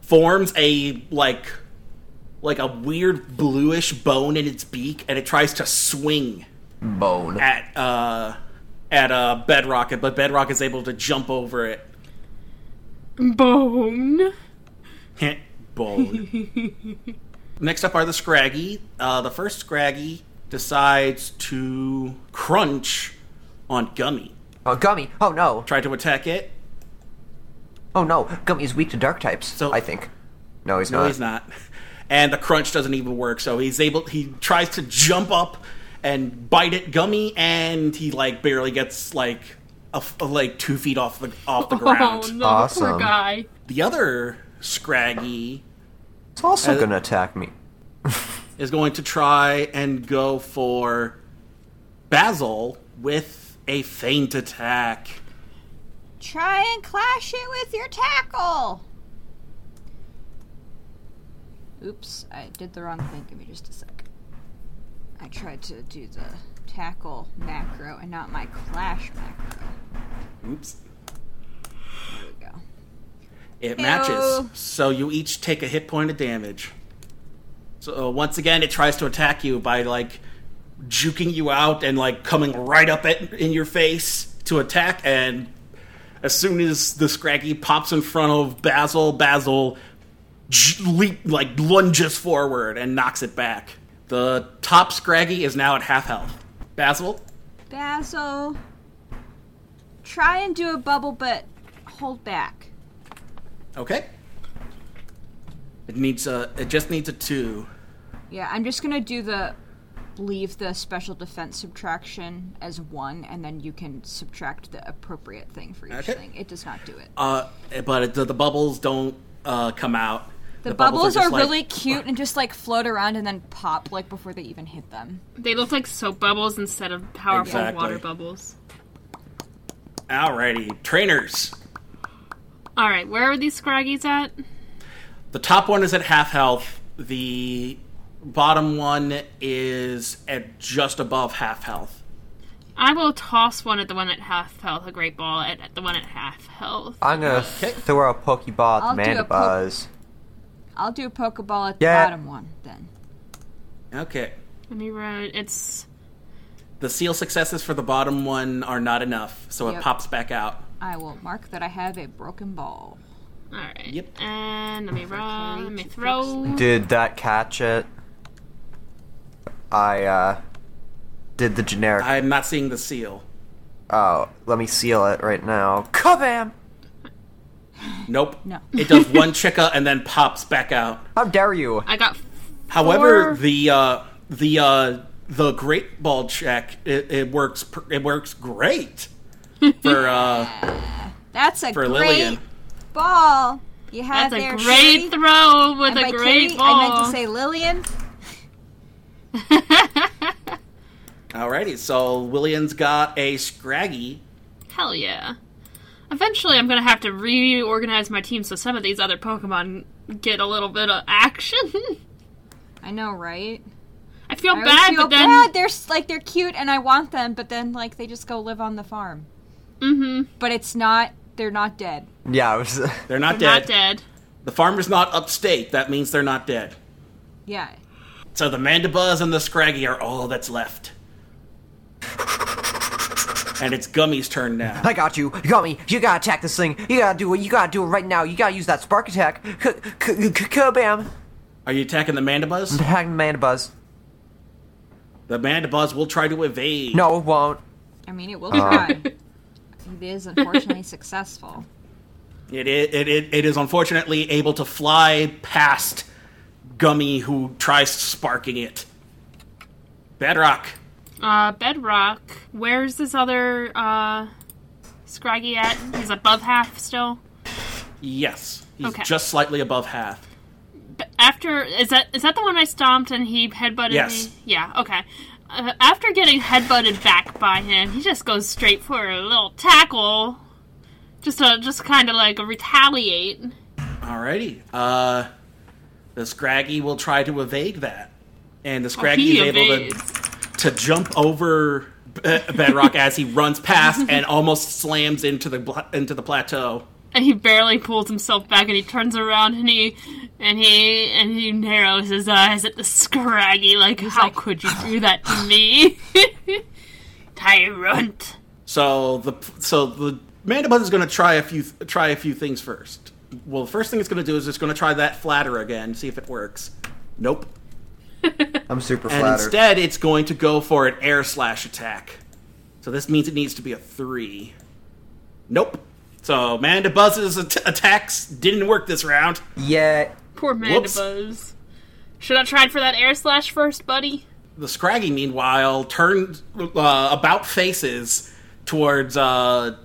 Speaker 2: forms a like, like a weird bluish bone in its beak, and it tries to swing
Speaker 4: Bone.
Speaker 2: at uh, at uh, Bedrock, but Bedrock is able to jump over it.
Speaker 5: Bone.
Speaker 2: Heh,
Speaker 5: *laughs*
Speaker 2: Bone. Next up are the Scraggy. Uh, the first Scraggy decides to crunch on Gummy.
Speaker 4: Oh, Gummy! Oh no!
Speaker 2: Try to attack it.
Speaker 4: Oh no! Gummy is weak to dark types,
Speaker 2: So-
Speaker 4: I think. No, he's
Speaker 2: No,
Speaker 4: not.
Speaker 2: he's not. And the crunch doesn't even work. So he's able. He tries to jump up and bite at Gummy, and he like barely gets like a f like two feet off the off the ground.
Speaker 5: *laughs* Oh no,
Speaker 4: Awesome.
Speaker 5: poor guy.
Speaker 2: The other Scraggy
Speaker 4: It's also
Speaker 2: Uh,
Speaker 4: gonna attack me.
Speaker 2: is going to try and go for Basil with a feint attack.
Speaker 3: try and clash it with your tackle. Oops, I did the wrong thing. Give me just a sec. I tried to do the tackle macro and not my clash macro.
Speaker 2: Oops.
Speaker 3: There we go.
Speaker 2: It
Speaker 3: Ew.
Speaker 2: matches. So you each take a hit point of damage. So uh, once again, it tries to attack you by like juking you out and like coming right up at, in your face to attack. And as soon as the Scraggy pops in front of Basil, Basil j- leap like lunges forward and knocks it back. The top Scraggy is now at half health. Basil,
Speaker 3: Basil, try and do a bubble, but hold back.
Speaker 2: okay. uh, It needs a. It just needs a two.
Speaker 3: Yeah, I'm just gonna do the leave the special defense subtraction as one, and then you can subtract the appropriate thing for each
Speaker 2: Okay.
Speaker 3: thing. It does not do it.
Speaker 2: Uh, but it, the, the bubbles don't uh, come out.
Speaker 3: the, bubbles, are,
Speaker 2: just like-
Speaker 3: really cute and just like float around and then pop like before they even hit them.
Speaker 5: They look like soap bubbles instead of powerful
Speaker 2: Exactly.
Speaker 5: water bubbles.
Speaker 2: Alrighty, trainers.
Speaker 5: All right, where are these scraggies at?
Speaker 2: The top one is at half health. The bottom one is at just above half health.
Speaker 5: I will toss one at the one at half health, a great ball at, at the one at half health.
Speaker 4: I'm gonna throw a Pokeball
Speaker 3: I'll
Speaker 4: at
Speaker 3: do
Speaker 4: the
Speaker 3: a poke-
Speaker 4: Mandibuzz.
Speaker 3: I'll do a Pokeball at
Speaker 4: Yeah.
Speaker 3: the bottom one then.
Speaker 2: Okay.
Speaker 5: Let me run. It's
Speaker 2: The seal successes for the bottom one are not enough, so it
Speaker 3: Yep.
Speaker 2: pops back out.
Speaker 3: I will mark that I have a broken ball.
Speaker 5: all right.
Speaker 2: Yep.
Speaker 5: And let me run. Let me
Speaker 3: Great
Speaker 5: throw.
Speaker 4: Did that catch it? I uh did the generic.
Speaker 2: I'm not seeing the seal.
Speaker 4: oh, let me seal it right now. Kabam!
Speaker 2: Nope.
Speaker 3: No.
Speaker 2: It
Speaker 3: *laughs*
Speaker 2: does one chicka and then pops back out.
Speaker 4: How dare you?
Speaker 5: I got
Speaker 2: However,
Speaker 5: Or-
Speaker 2: the uh, the uh, the great ball check it, it works pr- it works great for
Speaker 5: *laughs*
Speaker 2: uh,
Speaker 3: That's a
Speaker 2: for
Speaker 3: great
Speaker 2: Lillian.
Speaker 3: ball you have
Speaker 5: that's a
Speaker 3: there.
Speaker 5: great
Speaker 3: Katie.
Speaker 5: throw with
Speaker 3: and
Speaker 5: a
Speaker 3: by
Speaker 5: great
Speaker 3: Katie,
Speaker 5: ball.
Speaker 3: I meant to say Lillian.
Speaker 2: Alrighty, so William's got a scraggy.
Speaker 5: Hell yeah. Eventually, I'm going to have to reorganize my team so some of these other Pokemon get a little bit of action. *laughs*
Speaker 3: I know, right?
Speaker 5: I feel
Speaker 3: I always
Speaker 5: bad,
Speaker 3: feel
Speaker 5: but then.
Speaker 3: bad. They're s- like they're cute, and I want them, but then like they just go live on the farm. Mm-hmm. But it's not. They're not dead.
Speaker 4: Yeah, I was. *laughs*
Speaker 2: They're not,
Speaker 5: They're
Speaker 2: dead.
Speaker 5: Not dead.
Speaker 2: The farmer's not upstate. That means they're not dead.
Speaker 3: Yeah.
Speaker 2: So the Mandibuzz and the Scraggy are all that's left. And it's Gummy's turn now.
Speaker 4: I got you. You got me. You gotta attack this thing. You gotta do it. You gotta do it right now. You gotta use that spark attack. K- k- k- Kabam!
Speaker 2: Are you attacking the Mandibuzz?
Speaker 4: Attack the Mandibuzz.
Speaker 2: The Mandibuzz will try to evade.
Speaker 4: No, it won't.
Speaker 3: I mean, it will try. it is unfortunately *laughs* successful.
Speaker 2: It i it, it, it is unfortunately able to fly past Gummy, who tries sparking it. Bedrock.
Speaker 5: Uh, Bedrock. Where's this other uh, Scraggy at? He's above half still.
Speaker 2: Yes. He's
Speaker 5: Okay.
Speaker 2: just slightly above half.
Speaker 5: B- After is that is that the one I stomped and he headbutted
Speaker 2: Yes.
Speaker 5: me? Yeah. Okay. Uh, after getting headbutted back by him, he just goes straight for a little tackle, just to just kind of like retaliate.
Speaker 2: Alrighty. Uh, the Scraggy will try to evade that. And the Scraggy
Speaker 5: He
Speaker 2: is able to
Speaker 5: evades.
Speaker 2: to jump over Be- Bedrock as he runs
Speaker 5: *laughs*
Speaker 2: past and almost slams into the bla- into the plateau.
Speaker 5: and he barely pulls himself back and he turns around and he and he and he narrows his eyes at the scraggy like how could you do that to me *laughs* tyrant
Speaker 2: So the so the Mandibuzz is going to try a few try a few things first. Well, the first thing it's going to do is it's going to try that flatter again, see if it works. Nope.
Speaker 4: I'm super
Speaker 2: And instead, it's going to go for an air slash attack. So this means it needs to be a three. Nope. So Mandibuzz's at- attacks didn't work this round.
Speaker 4: yeah.
Speaker 5: poor
Speaker 2: Whoops.
Speaker 5: mandibuzz should i tried for that air slash first buddy
Speaker 2: The Scraggy, meanwhile, turned uh, about faces towards uh,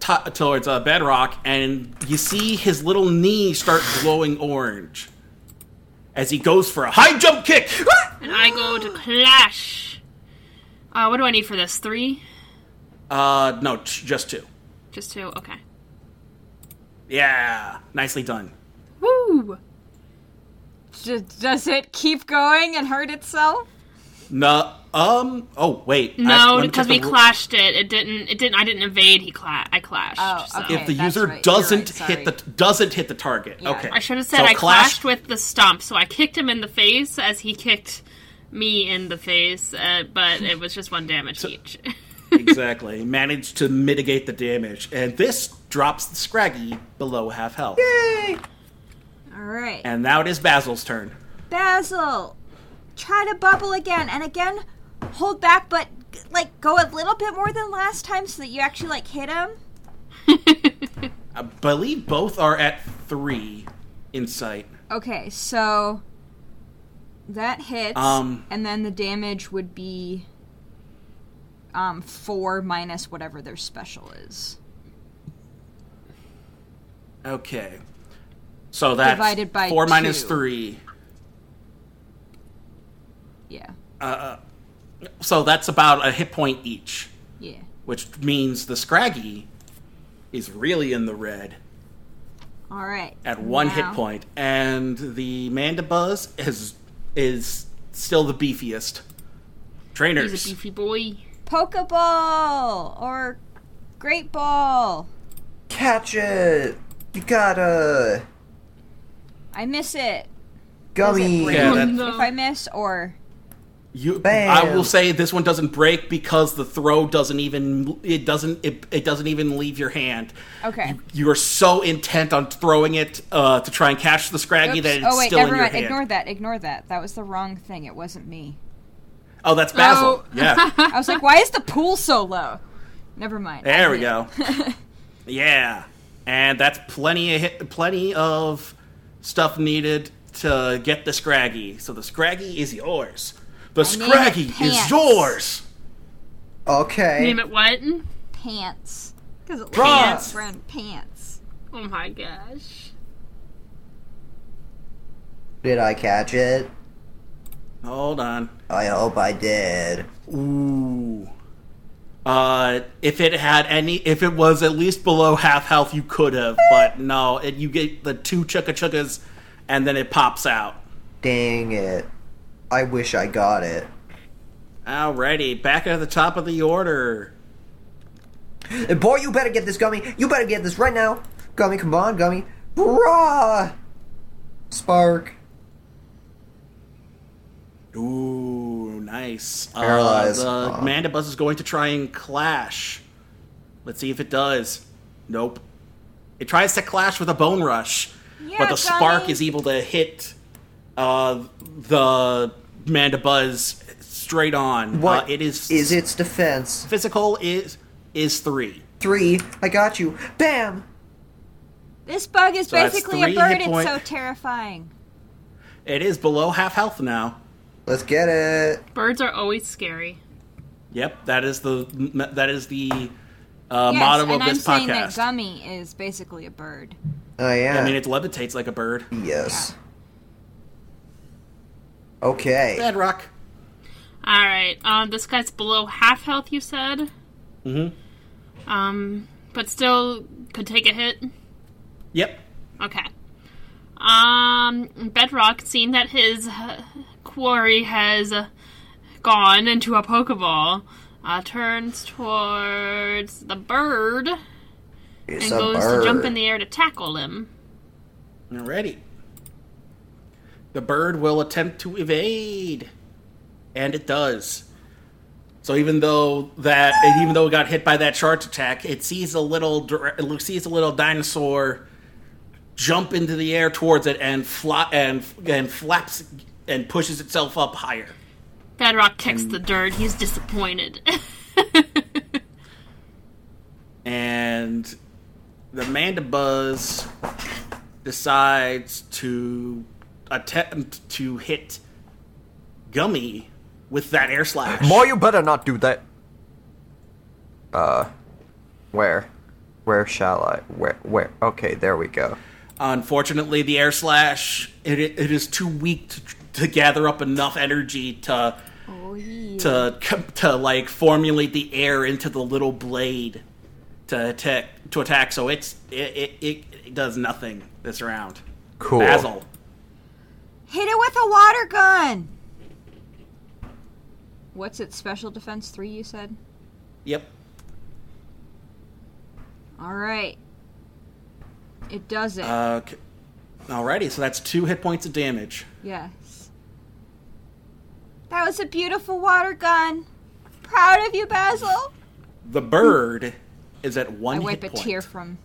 Speaker 2: to- towards uh, Bedrock, and you see his little knee start glowing orange as he goes for a high jump kick. *laughs*
Speaker 5: and i go to clash uh, what do i need for this three
Speaker 2: Uh, no, t- just two.
Speaker 5: just two okay
Speaker 2: Yeah, nicely done.
Speaker 5: woo
Speaker 3: D- does it keep going and hurt itself?
Speaker 2: No, um. Oh wait. I-
Speaker 5: no
Speaker 2: let me
Speaker 5: because
Speaker 2: check
Speaker 5: we
Speaker 2: the ru-
Speaker 5: clashed it it didn't it didn't i didn't evade he cla- i clashed
Speaker 3: Oh,
Speaker 5: so.
Speaker 3: okay.
Speaker 2: If the user
Speaker 3: That's right, you're right,
Speaker 2: doesn't
Speaker 3: sorry.
Speaker 2: hit the doesn't hit the target,
Speaker 3: Yeah.
Speaker 2: okay.
Speaker 5: I should have said
Speaker 2: So
Speaker 5: I
Speaker 2: clash-
Speaker 5: clashed with the stump, so I kicked him in the face as he kicked me in the face, uh, but it was just one
Speaker 2: *laughs*
Speaker 5: damage each.
Speaker 2: exactly. Managed to mitigate the damage, and this drops the Scraggy below half health.
Speaker 3: All right.
Speaker 2: And now it is Basil's turn.
Speaker 3: Basil, try to bubble again and again. Hold back, but like go a little bit more than last time so that you actually like hit him.
Speaker 2: I believe both are at three in sight.
Speaker 3: Okay, so That hits,
Speaker 2: Um,
Speaker 3: and then the damage would be um four minus whatever their special is,
Speaker 2: Okay. So that's
Speaker 3: Divided by
Speaker 2: four minus
Speaker 3: two.
Speaker 2: three.
Speaker 3: yeah,
Speaker 2: So that's about a hit point each,
Speaker 3: yeah.
Speaker 2: which means the Scraggy is really in the red
Speaker 3: All right.
Speaker 2: at one hit
Speaker 3: now-
Speaker 2: point, and the Mandibuzz is is still the beefiest. Trainers,
Speaker 5: He's a beefy boy.
Speaker 3: Pokeball or Great Ball.
Speaker 4: Catch it! You gotta.
Speaker 3: I miss it.
Speaker 4: Gummy!
Speaker 2: Yeah, that-
Speaker 5: Oh, no.
Speaker 3: If I miss or
Speaker 2: you.
Speaker 4: Bam.
Speaker 2: I will say this one doesn't break because the throw doesn't even it doesn't it, it doesn't even leave your hand.
Speaker 3: okay.
Speaker 2: You are so intent on throwing it uh, to try and catch the Scraggy
Speaker 3: Oops.
Speaker 2: that it's
Speaker 3: Oh wait,
Speaker 2: still
Speaker 3: never
Speaker 2: in your
Speaker 3: mind.
Speaker 2: hand.
Speaker 3: Ignore that. Ignore that. That was the wrong thing. It wasn't me.
Speaker 2: Oh, that's Basil.
Speaker 5: Oh.
Speaker 2: Yeah.
Speaker 3: *laughs* I was like, why is the pool so low? Never mind.
Speaker 2: There we
Speaker 3: I- *laughs*
Speaker 2: go. yeah, and that's plenty of hit, plenty of stuff needed to get the Scraggy. So the Scraggy is yours. The
Speaker 3: name
Speaker 2: Scraggy
Speaker 3: it
Speaker 2: is
Speaker 3: Pants.
Speaker 2: yours.
Speaker 4: Okay.
Speaker 5: Name it what?
Speaker 3: Pants. Because it
Speaker 2: Pants.
Speaker 3: looks brown pants.
Speaker 5: Oh my gosh.
Speaker 4: Did I catch it?
Speaker 2: Hold on.
Speaker 4: I hope I did.
Speaker 2: Ooh. Uh, if it had any, if it was at least below half health, you could have. But no, it, you get the two chugga chuggas, and then it pops out.
Speaker 4: Dang it. I wish I got it.
Speaker 2: Alrighty, back at the top of the order.
Speaker 4: And boy, you better get this gummy. You better get this right now. Gummy, come on, gummy. Bruh! Spark.
Speaker 2: Ooh, nice.
Speaker 4: Paralyzed.
Speaker 2: Uh, the
Speaker 4: Aw.
Speaker 2: Mandibuzz is going to try and clash. Let's see if it does. Nope. It tries to clash with a bone rush,
Speaker 3: Yeah,
Speaker 2: but the spark
Speaker 3: Johnny.
Speaker 2: is able to hit uh, the Mandibuzz straight on.
Speaker 4: What
Speaker 2: Uh, it is,
Speaker 4: is its defense?
Speaker 2: physical is is three.
Speaker 4: Three. I got you. Bam!
Speaker 3: This bug is
Speaker 2: So that's
Speaker 3: basically a
Speaker 2: three
Speaker 3: bird.
Speaker 2: hit
Speaker 3: It's
Speaker 2: point.
Speaker 3: so terrifying.
Speaker 2: It is below half health now.
Speaker 4: Let's get it.
Speaker 5: Birds are always scary.
Speaker 2: Yep, that is the that is the uh,
Speaker 3: yes,
Speaker 2: motto
Speaker 3: and
Speaker 2: of this
Speaker 3: I'm saying that
Speaker 2: podcast.
Speaker 3: gummy is basically a bird.
Speaker 4: Oh, yeah.
Speaker 2: I mean, it levitates like a bird.
Speaker 4: yes. Okay.
Speaker 2: Dead rock.
Speaker 5: All right. Um, this guy's below half health. You said. Mm-hmm. Um, but still could take a hit.
Speaker 2: Yep.
Speaker 5: Okay. Um, Bedrock, seeing that his uh, quarry has uh, gone into a Pokeball, uh, turns towards the bird and
Speaker 4: It's a
Speaker 5: goes to jump
Speaker 4: bird.
Speaker 5: in the air to tackle him.
Speaker 2: Alrighty. The bird will attempt to evade. And it does. So even though that and even though it got hit by that charge attack, it sees a little dir- it sees a little dinosaur jump into the air towards it and fly and and flaps and pushes itself up higher.
Speaker 5: Bedrock kicks the dirt. He's disappointed. *laughs*
Speaker 2: and the Mandibuzz decides to attempt to hit Gummy with that air slash.
Speaker 4: Boy, you better not do that. Uh, where? Where shall I? Where? Where? Okay, there we go.
Speaker 2: Unfortunately, the air slash it, it is too weak to, to gather up enough energy to
Speaker 3: Oh yeah.
Speaker 2: to com- to like formulate the air into the little blade to attack to attack. So it's it it, it, it does nothing this round.
Speaker 4: Cool.
Speaker 2: Basil.
Speaker 3: Hit it with a water gun. What's its special defense? Three, you said.
Speaker 2: Yep.
Speaker 3: All right. It does it.
Speaker 2: Uh, c- alrighty, so that's two hit points of damage.
Speaker 3: yes. That was a beautiful water gun. Proud of you, Basil.
Speaker 2: The bird is at one
Speaker 3: I wipe a
Speaker 2: hit point.
Speaker 3: tear from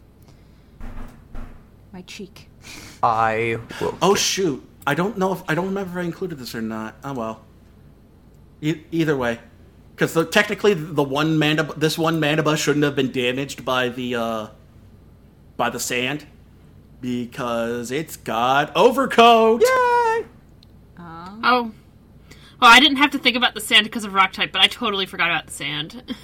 Speaker 3: my cheek.
Speaker 4: I will.
Speaker 2: Oh shoot! I don't know if I don't remember if I included this or not. Oh well. E- either way, because technically the one mandib- this one mandibus shouldn't have been damaged by the uh, by the sand because it's got overcoat.
Speaker 4: Yay!
Speaker 3: Oh.
Speaker 5: Oh. Well, I didn't have to think about the sand because of rock type, but I totally forgot about the sand.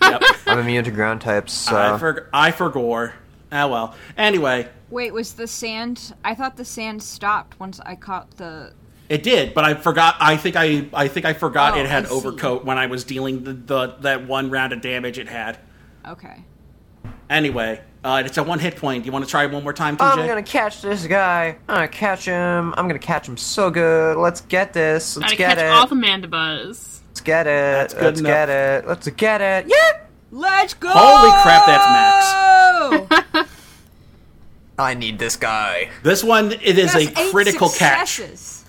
Speaker 2: Yep.
Speaker 4: I'm immune to ground types,
Speaker 5: *laughs*
Speaker 4: so
Speaker 2: I, for- I forgore. Ah, well. Anyway,
Speaker 3: Wait, was the sand? I thought the sand stopped once I caught the.
Speaker 2: It did, but I forgot. I think I, I think I forgot
Speaker 3: Oh,
Speaker 2: it had
Speaker 3: I see.
Speaker 2: overcoat when I was dealing the, the that one round of damage it had.
Speaker 3: Okay.
Speaker 2: Anyway, uh, it's a one hit point. You want to try one more
Speaker 3: Oh,
Speaker 2: time, TJ?
Speaker 4: I'm gonna catch this guy. I'm gonna catch him. I'm gonna catch him so good. Let's get this. Let's
Speaker 5: Gotta
Speaker 4: get
Speaker 5: catch
Speaker 4: it.
Speaker 5: all the mandibuzz.
Speaker 4: Let's get it.
Speaker 2: good
Speaker 4: Let's
Speaker 2: enough.
Speaker 4: get it. Let's get it. Yeah.
Speaker 3: Let's go!
Speaker 2: Holy crap, that's Max!
Speaker 3: *laughs*
Speaker 4: I need this guy.
Speaker 2: This one it is
Speaker 3: That's
Speaker 2: a
Speaker 3: eight
Speaker 2: critical catch.
Speaker 3: successes.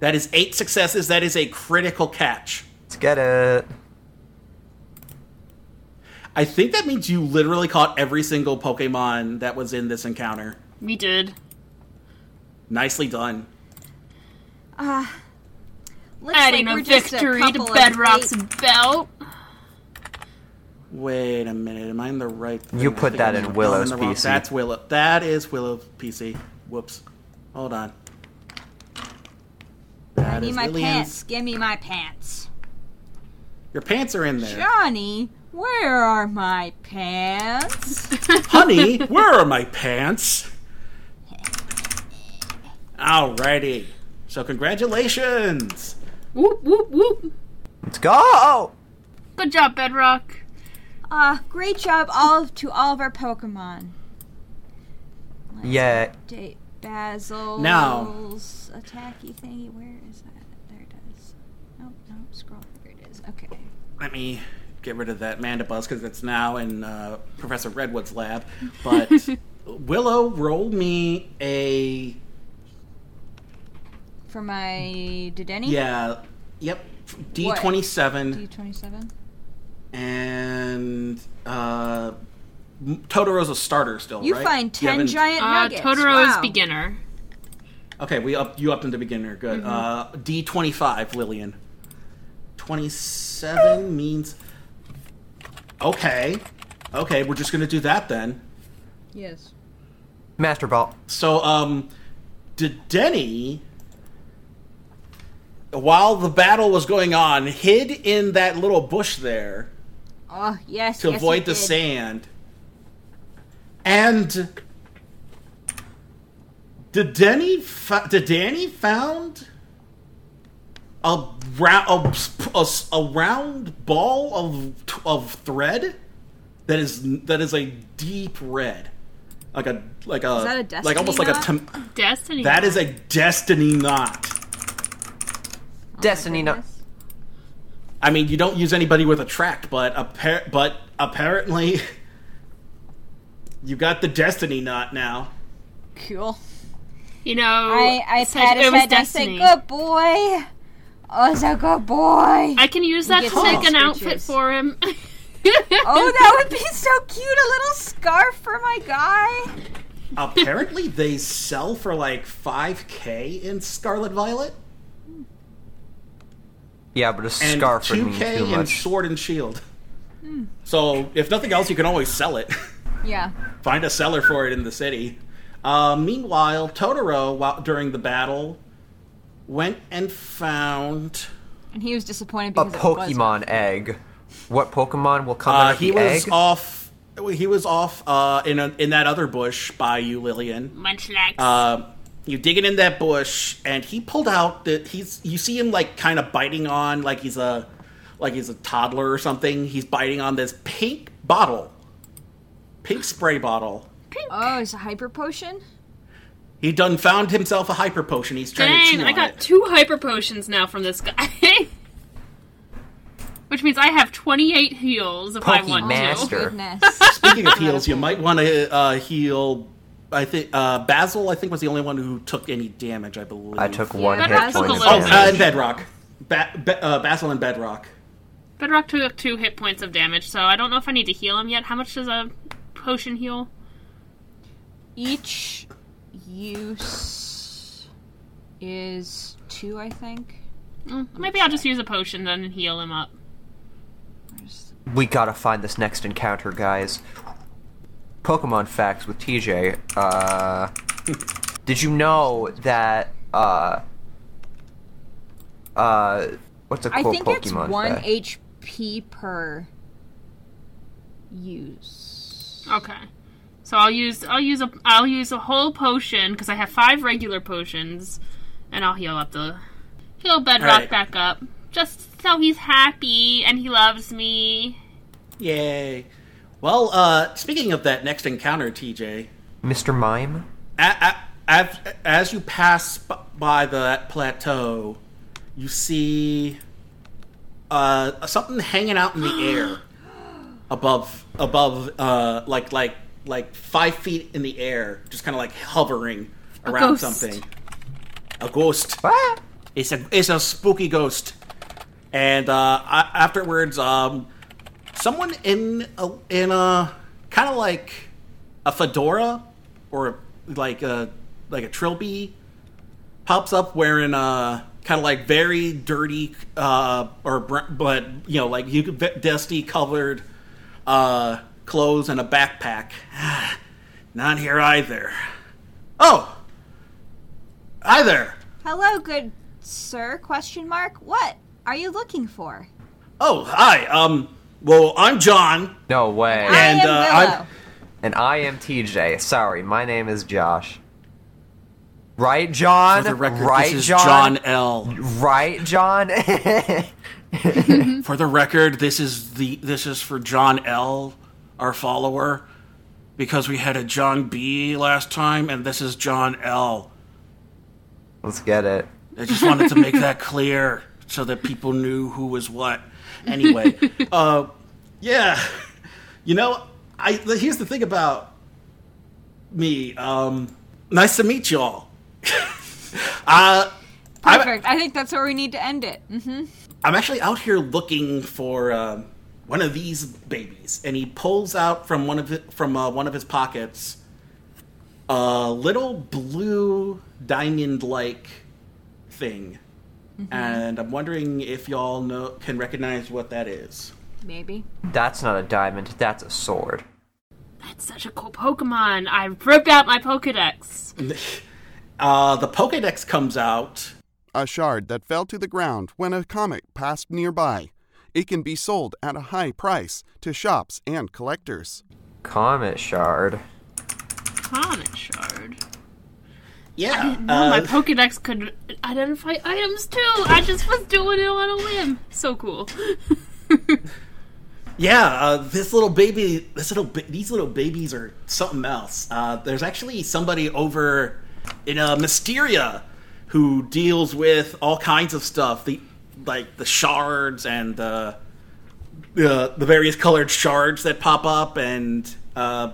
Speaker 2: That is eight successes. That is a critical catch.
Speaker 4: Let's get it.
Speaker 2: I think that means you literally caught every single Pokemon that was in this encounter.
Speaker 5: We did.
Speaker 2: Nicely done.
Speaker 3: Looks
Speaker 5: Adding
Speaker 3: like we're
Speaker 5: a
Speaker 3: just
Speaker 5: victory to
Speaker 3: couple of
Speaker 5: Bedrock's
Speaker 3: eight-
Speaker 5: belt.
Speaker 2: Wait a minute, am I in the right? Thing?
Speaker 4: You
Speaker 2: I
Speaker 4: put
Speaker 2: think
Speaker 4: that
Speaker 2: I'm
Speaker 4: in
Speaker 2: the
Speaker 4: Willow's
Speaker 2: wrong-
Speaker 4: PC.
Speaker 2: That's Willow. That is Willow's PC. Whoops. Hold on.
Speaker 3: I
Speaker 2: That
Speaker 3: need
Speaker 2: is
Speaker 3: my
Speaker 2: Lillian's-
Speaker 3: pants. Give me my pants.
Speaker 2: Your pants are in
Speaker 3: *laughs*
Speaker 2: there,
Speaker 3: Johnny, where are my
Speaker 5: *laughs*
Speaker 3: pants?
Speaker 2: honey. Where are my pants? Alrighty. So congratulations.
Speaker 5: Whoop, whoop, whoop.
Speaker 4: Let's go.
Speaker 5: Good job, Bedrock.
Speaker 3: Ah, great job all to all of our Pokemon.
Speaker 4: Yeah.
Speaker 3: Date Basil's
Speaker 2: Now-
Speaker 3: attacky thingy. Where is that? There it is. Nope, nope. Scroll. There it is. Okay.
Speaker 2: Let me get rid of that Mandibuzz because it's now in uh, Professor Redwood's lab.
Speaker 3: *laughs*
Speaker 2: But Willow, roll me a
Speaker 3: For my did any?
Speaker 2: yeah. Yep. D twenty seven.
Speaker 3: D twenty seven.
Speaker 2: and uh, M- Totoro's a starter still.
Speaker 3: You
Speaker 2: right?
Speaker 3: find ten
Speaker 2: haven't-
Speaker 3: giant
Speaker 5: Uh,
Speaker 3: nuggets.
Speaker 5: Totoro is
Speaker 3: Wow.
Speaker 5: beginner.
Speaker 2: Okay, we up you upped him to beginner. Good.
Speaker 3: Mm-hmm.
Speaker 2: Uh, D twenty five, Lillian. Twenty seven means. Okay, okay, we're just gonna do that then.
Speaker 3: Yes.
Speaker 4: Master Ball.
Speaker 5: Oh
Speaker 2: So, um, did Denny, while the battle was going on, hid in that little bush there.
Speaker 3: Oh yes.
Speaker 2: to
Speaker 3: yes,
Speaker 2: avoid
Speaker 3: you
Speaker 2: the
Speaker 3: did.
Speaker 2: sand. And did Denny fo- did Danny found a round a, sp- a s- a round ball of t- of thread that is that is a deep red. Like a like a,
Speaker 3: that a
Speaker 2: like almost like a
Speaker 3: destiny
Speaker 2: tom-
Speaker 5: Destiny.
Speaker 2: that is a destiny knot.
Speaker 4: Destiny. No-
Speaker 3: Goodness.
Speaker 2: I mean, you don't use anybody with a tract, but appar- but apparently, you got the destiny knot now.
Speaker 3: Cool.
Speaker 5: You know,
Speaker 3: I I
Speaker 5: said
Speaker 3: pat
Speaker 5: it
Speaker 3: his
Speaker 5: was
Speaker 3: head. and I say,
Speaker 5: Destiny.
Speaker 3: "Good boy." Oh, it's a good boy.
Speaker 5: *laughs* I can use that
Speaker 3: gets
Speaker 5: to make
Speaker 3: all
Speaker 5: an outfit
Speaker 3: screeches. *laughs*
Speaker 5: for him.
Speaker 3: Oh, that would be so cute. A little scarf for my guy.
Speaker 2: Apparently, they sell for like five k in Scarlet Violet
Speaker 4: yeah, but a
Speaker 2: and
Speaker 4: scarf would
Speaker 2: two
Speaker 4: mean
Speaker 2: k
Speaker 4: too
Speaker 2: in
Speaker 4: much.
Speaker 2: Sword and Shield. So, if nothing else, you can always sell it. *laughs*
Speaker 3: Yeah.
Speaker 2: Find a seller for it in the city. Uh, meanwhile, Totoro, while, during the battle, went and found.
Speaker 3: And he was disappointed
Speaker 4: a
Speaker 3: because it was-
Speaker 4: Pokemon egg. What Pokemon will come out
Speaker 2: Uh,
Speaker 4: of
Speaker 2: he
Speaker 4: the
Speaker 2: was
Speaker 4: egg?
Speaker 2: off. He was off uh, in a, in that other bush by you, Lillian.
Speaker 5: Munchlax.
Speaker 2: Uh, you digging in that bush, and he pulled out that he's. You see him like kind of biting on, like he's a, like he's a toddler or something. He's biting on this pink bottle, pink spray bottle.
Speaker 3: Oh, it's a hyper potion.
Speaker 2: He done found himself a hyper potion. He's trying to
Speaker 5: Dang,
Speaker 2: chew
Speaker 5: I
Speaker 2: on
Speaker 5: got
Speaker 2: it.
Speaker 5: two hyper potions now from this guy. *laughs* Which means I have 28 heals if I want
Speaker 4: Pokemaster.
Speaker 5: to.
Speaker 4: Sure.
Speaker 3: Goodness.
Speaker 2: Speaking of
Speaker 5: *laughs*
Speaker 2: heals, you might want to uh, heal. I think uh, Basil. I think was the only one who took any damage. I believe
Speaker 4: I took one
Speaker 5: that
Speaker 4: hit
Speaker 5: has
Speaker 4: point.
Speaker 5: a
Speaker 4: of
Speaker 5: little
Speaker 2: Oh,
Speaker 5: bit.
Speaker 4: damage.
Speaker 2: uh, and Bedrock. Ba- Be- uh, Basil and Bedrock.
Speaker 5: Bedrock took two hit points of damage, so I don't know if I need to heal him yet. How much does a potion heal?
Speaker 3: Each use is two, I think.
Speaker 5: Mm, Maybe I'll just use a potion then and heal him up.
Speaker 4: We gotta find this next encounter, guys. Pokemon facts with TJ. Uh, did you know that uh, Uh, what's a
Speaker 3: I
Speaker 4: cool
Speaker 3: think
Speaker 4: Pokemon?
Speaker 3: it's one
Speaker 4: fact?
Speaker 3: HP per use.
Speaker 5: Okay. So I'll use I'll use a I'll use a whole potion because I have five regular potions, and I'll heal up the heal Bedrock
Speaker 2: Alright.
Speaker 5: back up just so he's happy and he loves me.
Speaker 2: Yay. Well, uh, speaking of that next encounter, TJ,
Speaker 4: Mr. Mime.
Speaker 2: a- a- as, as you pass b- by that plateau, you see uh, something hanging out in the *gasps* air above above uh, like like like five feet in the air, just kind of like hovering around
Speaker 5: ghost.
Speaker 2: something. A ghost.
Speaker 4: Ah!
Speaker 2: It's a it's a spooky ghost. And uh, a- afterwards, um, someone in a, in a kind of like a fedora or like a like a trilby pops up wearing a kind of like very dirty uh, or br- but you know like you could ve- dusty colored uh, clothes and a backpack. *sighs* Not here either. Oh, hi there.
Speaker 3: Hello, good sir? Question mark. What are you looking for?
Speaker 2: Oh, hi. Um, well, I'm John.
Speaker 4: No way.
Speaker 3: I
Speaker 2: And,
Speaker 3: am
Speaker 2: uh,
Speaker 3: Willow.
Speaker 2: I'm-
Speaker 4: And I am TJ. Sorry, my name is Josh. Right, John? right, John?
Speaker 2: L.
Speaker 4: Right, John? *laughs*
Speaker 2: For the record, this is the this is for John L, our follower, because we had a John B last time, and this is John L.
Speaker 4: Let's get it.
Speaker 2: I just wanted to make
Speaker 4: *laughs*
Speaker 2: that clear so that people knew who was what. Anyway, uh, yeah, you know, I here's the thing about me. Um, nice to meet y'all. uh, I'm-
Speaker 3: Perfect. I think that's where we need to end it. hmm
Speaker 2: I'm actually out here looking for um, one of these babies, and he pulls out from one of hi- from uh, one of his pockets a little blue diamond-like thing, and I'm wondering if y'all know can recognize what that is.
Speaker 3: Maybe.
Speaker 4: That's not a diamond, that's a sword.
Speaker 5: That's such a cool Pokemon. I ripped out my Pokedex.
Speaker 2: Uh, the Pokédex comes out.
Speaker 8: a shard that fell to the ground when a comet passed nearby. It can be sold at a high price to shops and collectors.
Speaker 4: Comet shard.
Speaker 5: Comet shard.
Speaker 2: Yeah,
Speaker 5: No, my
Speaker 2: uh,
Speaker 5: Pokedex could identify items too. I just was doing it on a whim. So cool.
Speaker 2: yeah. Uh, this little baby, this little ba- these little babies are something else. Uh, there's actually somebody over in uh, Mysteria who deals with all kinds of stuff, the like the shards and uh, the the various colored shards that pop up, and uh,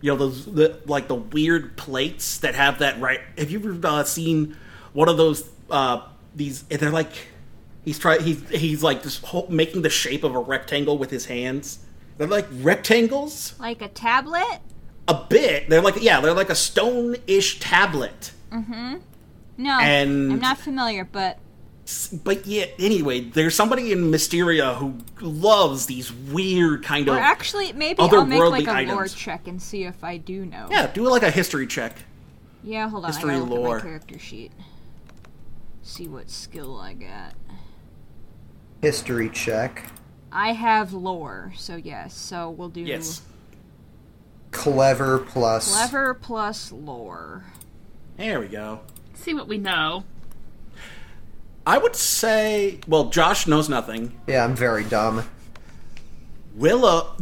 Speaker 2: you know those the, like the weird plates that have that right. Have you ever uh, seen one of those? Uh, these and they're like he's try he's he's like just ho- making the shape of a rectangle with his hands. They're like rectangles
Speaker 3: Like a tablet?
Speaker 2: a bit. They're like yeah, they're like a stone-ish tablet.
Speaker 3: No.
Speaker 2: And-
Speaker 3: I'm not familiar, but
Speaker 2: But yeah, anyway, there's somebody in Mysteria who loves these weird kind of
Speaker 3: or actually maybe I'll make
Speaker 2: otherworldly
Speaker 3: like a lore
Speaker 2: items.
Speaker 3: check and see if I do know.
Speaker 2: yeah. Do like a history check.
Speaker 3: Yeah, hold on.
Speaker 2: History
Speaker 3: I gotta look
Speaker 2: lore.
Speaker 3: at my character sheet. See what skill I got.
Speaker 4: History check.
Speaker 3: I have lore, so yes. So we'll do
Speaker 2: Yes.
Speaker 4: Clever plus.
Speaker 3: clever plus lore.
Speaker 2: There we go.
Speaker 5: See what we know.
Speaker 2: I would say, well, Josh knows nothing.
Speaker 4: Yeah, I'm very dumb.
Speaker 2: Willow,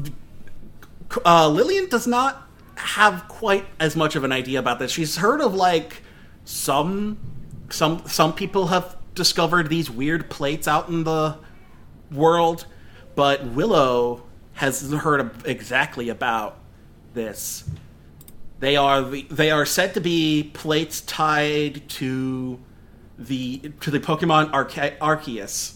Speaker 2: uh, Lillian does not have quite as much of an idea about this. She's heard of like some some some people have discovered these weird plates out in the world, but Willow has heard ab- exactly about this. They are the, they are said to be plates tied to the to the Pokemon Arca- Arceus.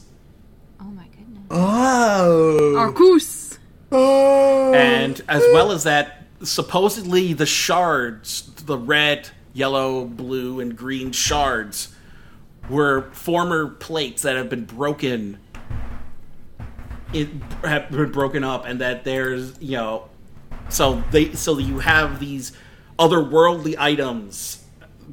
Speaker 3: Oh my goodness.
Speaker 4: Oh!
Speaker 5: Arcus.
Speaker 2: And as well as that, supposedly the shards, the red, yellow, blue, and green shards, were former plates that have been broken. It have been broken up, and that there's you know, so they so you have these otherworldly items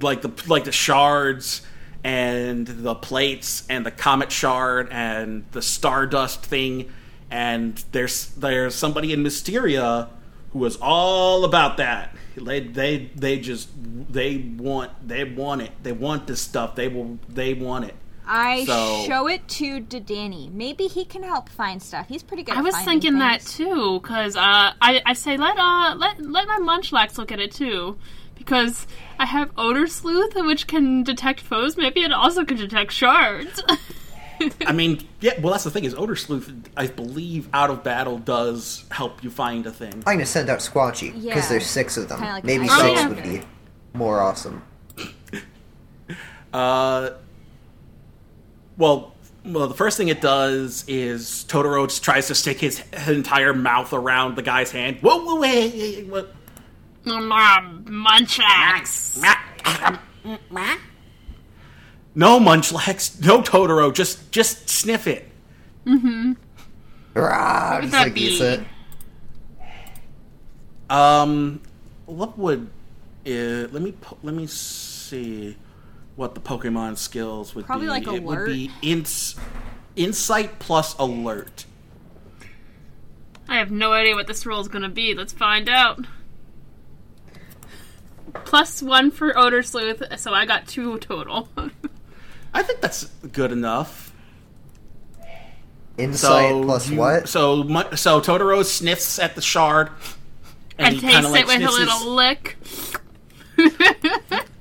Speaker 2: like the like the shards and the plates and the comet shard and the stardust thing and there's there's somebody in Mysteria who was all about that. They they they just they want they want it. They want this stuff. They will they want it.
Speaker 3: I
Speaker 2: So-
Speaker 3: show it to Danny. Maybe he can help find stuff. He's pretty good.
Speaker 5: I was thinking that too, because uh, I I say let uh let let my munchlax look at it too, because I have odor sleuth, which can detect foes. Maybe it also can detect shards. *laughs*
Speaker 2: I mean, yeah. Well, that's the thing is, odor sleuth. I believe out of battle does help you find a thing.
Speaker 4: I'm gonna send out Squatchy because
Speaker 3: Yeah.
Speaker 4: there's six of them.
Speaker 3: Kinda like
Speaker 4: Maybe
Speaker 3: an
Speaker 4: six
Speaker 5: icebreaker.
Speaker 4: would be more awesome.
Speaker 2: Uh, well, well, the first thing it does is Totoro just tries to stick his entire mouth around the guy's hand. Whoa, whoa, hey, hey, hey, whoa.
Speaker 5: Um, um, munchlax.
Speaker 2: No, Munchlax. No, Totoro. Just, just sniff it.
Speaker 4: Rah, just
Speaker 5: that
Speaker 4: like
Speaker 5: be?
Speaker 4: eats it.
Speaker 2: Um, what would? Uh, let me po- let me see what the Pokemon skills would
Speaker 3: Probably
Speaker 2: be.
Speaker 3: like
Speaker 2: it would
Speaker 3: alert.
Speaker 2: be ins- insight plus alert.
Speaker 5: I have no idea what this roll is gonna be. Let's find out. Plus one for odor sleuth, so I got two total. *laughs*
Speaker 2: I think that's good enough.
Speaker 4: Insight
Speaker 2: So
Speaker 4: plus
Speaker 2: you-
Speaker 4: what?
Speaker 2: So mu- so Totoro sniffs at the shard
Speaker 5: and
Speaker 2: he
Speaker 5: taste
Speaker 2: kinda, like,
Speaker 5: it with a
Speaker 2: sniffs his-
Speaker 5: little lick.
Speaker 2: *laughs*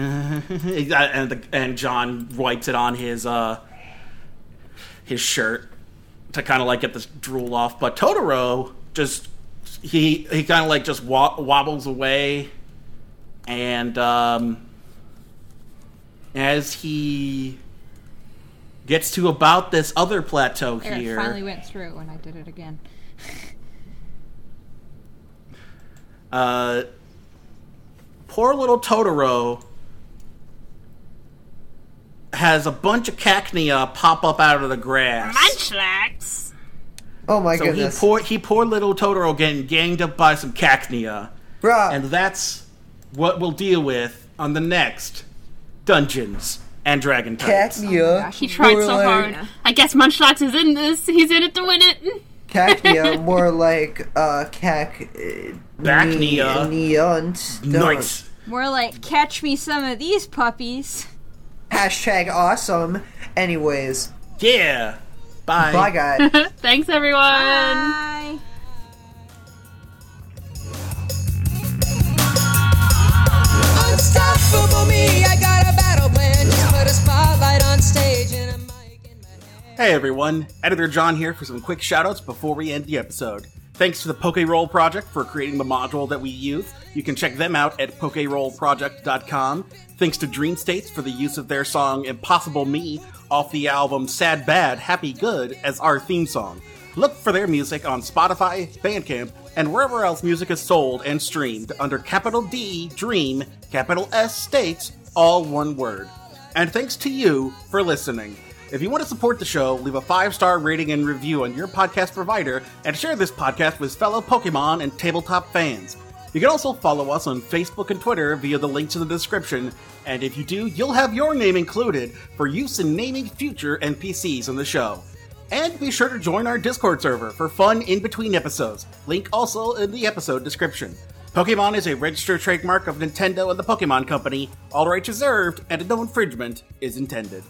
Speaker 2: and the, and John wipes it on his uh his shirt to kind of like get this drool off. But Totoro just he he kind of like just wa- wobbles away, and um, as he gets to about this other plateau
Speaker 3: It
Speaker 2: here,
Speaker 3: finally went through when I did it again.
Speaker 2: uh, poor little Totoro has a bunch of cacnea pop up out of the grass.
Speaker 5: Munchlax.
Speaker 4: oh my
Speaker 2: so he
Speaker 4: goodness!
Speaker 2: poor he poor little Totoro getting ganged up by some cacnea,
Speaker 4: Rah.
Speaker 2: and that's what we'll deal with on the next Dungeons and Dragon Tides. *laughs*
Speaker 4: Cacnea.
Speaker 5: He tried
Speaker 4: more
Speaker 5: so
Speaker 4: like-
Speaker 5: hard. I guess Munchlax is in this. He's in it to win it.
Speaker 2: *laughs*
Speaker 4: Cacnea, more like uh, cac. uh,
Speaker 2: Bacnea.
Speaker 4: ne- neont. Don't.
Speaker 2: Nice.
Speaker 3: More like catch me some of these puppies.
Speaker 4: Hashtag awesome. Anyways,
Speaker 2: Yeah. Bye.
Speaker 4: bye guys.
Speaker 5: Thanks, everyone.
Speaker 3: Bye.
Speaker 1: Unstoppable me, I got a battle plan. Just put a spotlight on stage and a mic in my hand.
Speaker 7: Hey everyone, Editor John here for some quick shoutouts before we end the episode. Thanks to the PokeRoll Project for creating the module that we use. You can check them out at PokeRollProject.com. Thanks to Dream States for the use of their song Impossible Me off the album Sad Bad, Happy Good as our theme song. Look for their music on Spotify, Bandcamp, and wherever else music is sold and streamed under capital D, Dream, capital S, States, all one word. And thanks to you for listening. If you want to support the show, leave a five star rating and review on your podcast provider and share this podcast with fellow Pokemon and tabletop fans. You can also follow us on Facebook and Twitter via the links in the description, and if you do, you'll have your name included for use in naming future NPCs on the show. And be sure to join our Discord server for fun in between episodes. Link also in the episode description. Pokemon is a registered trademark of Nintendo and the Pokemon Company. All rights reserved, and no infringement is intended.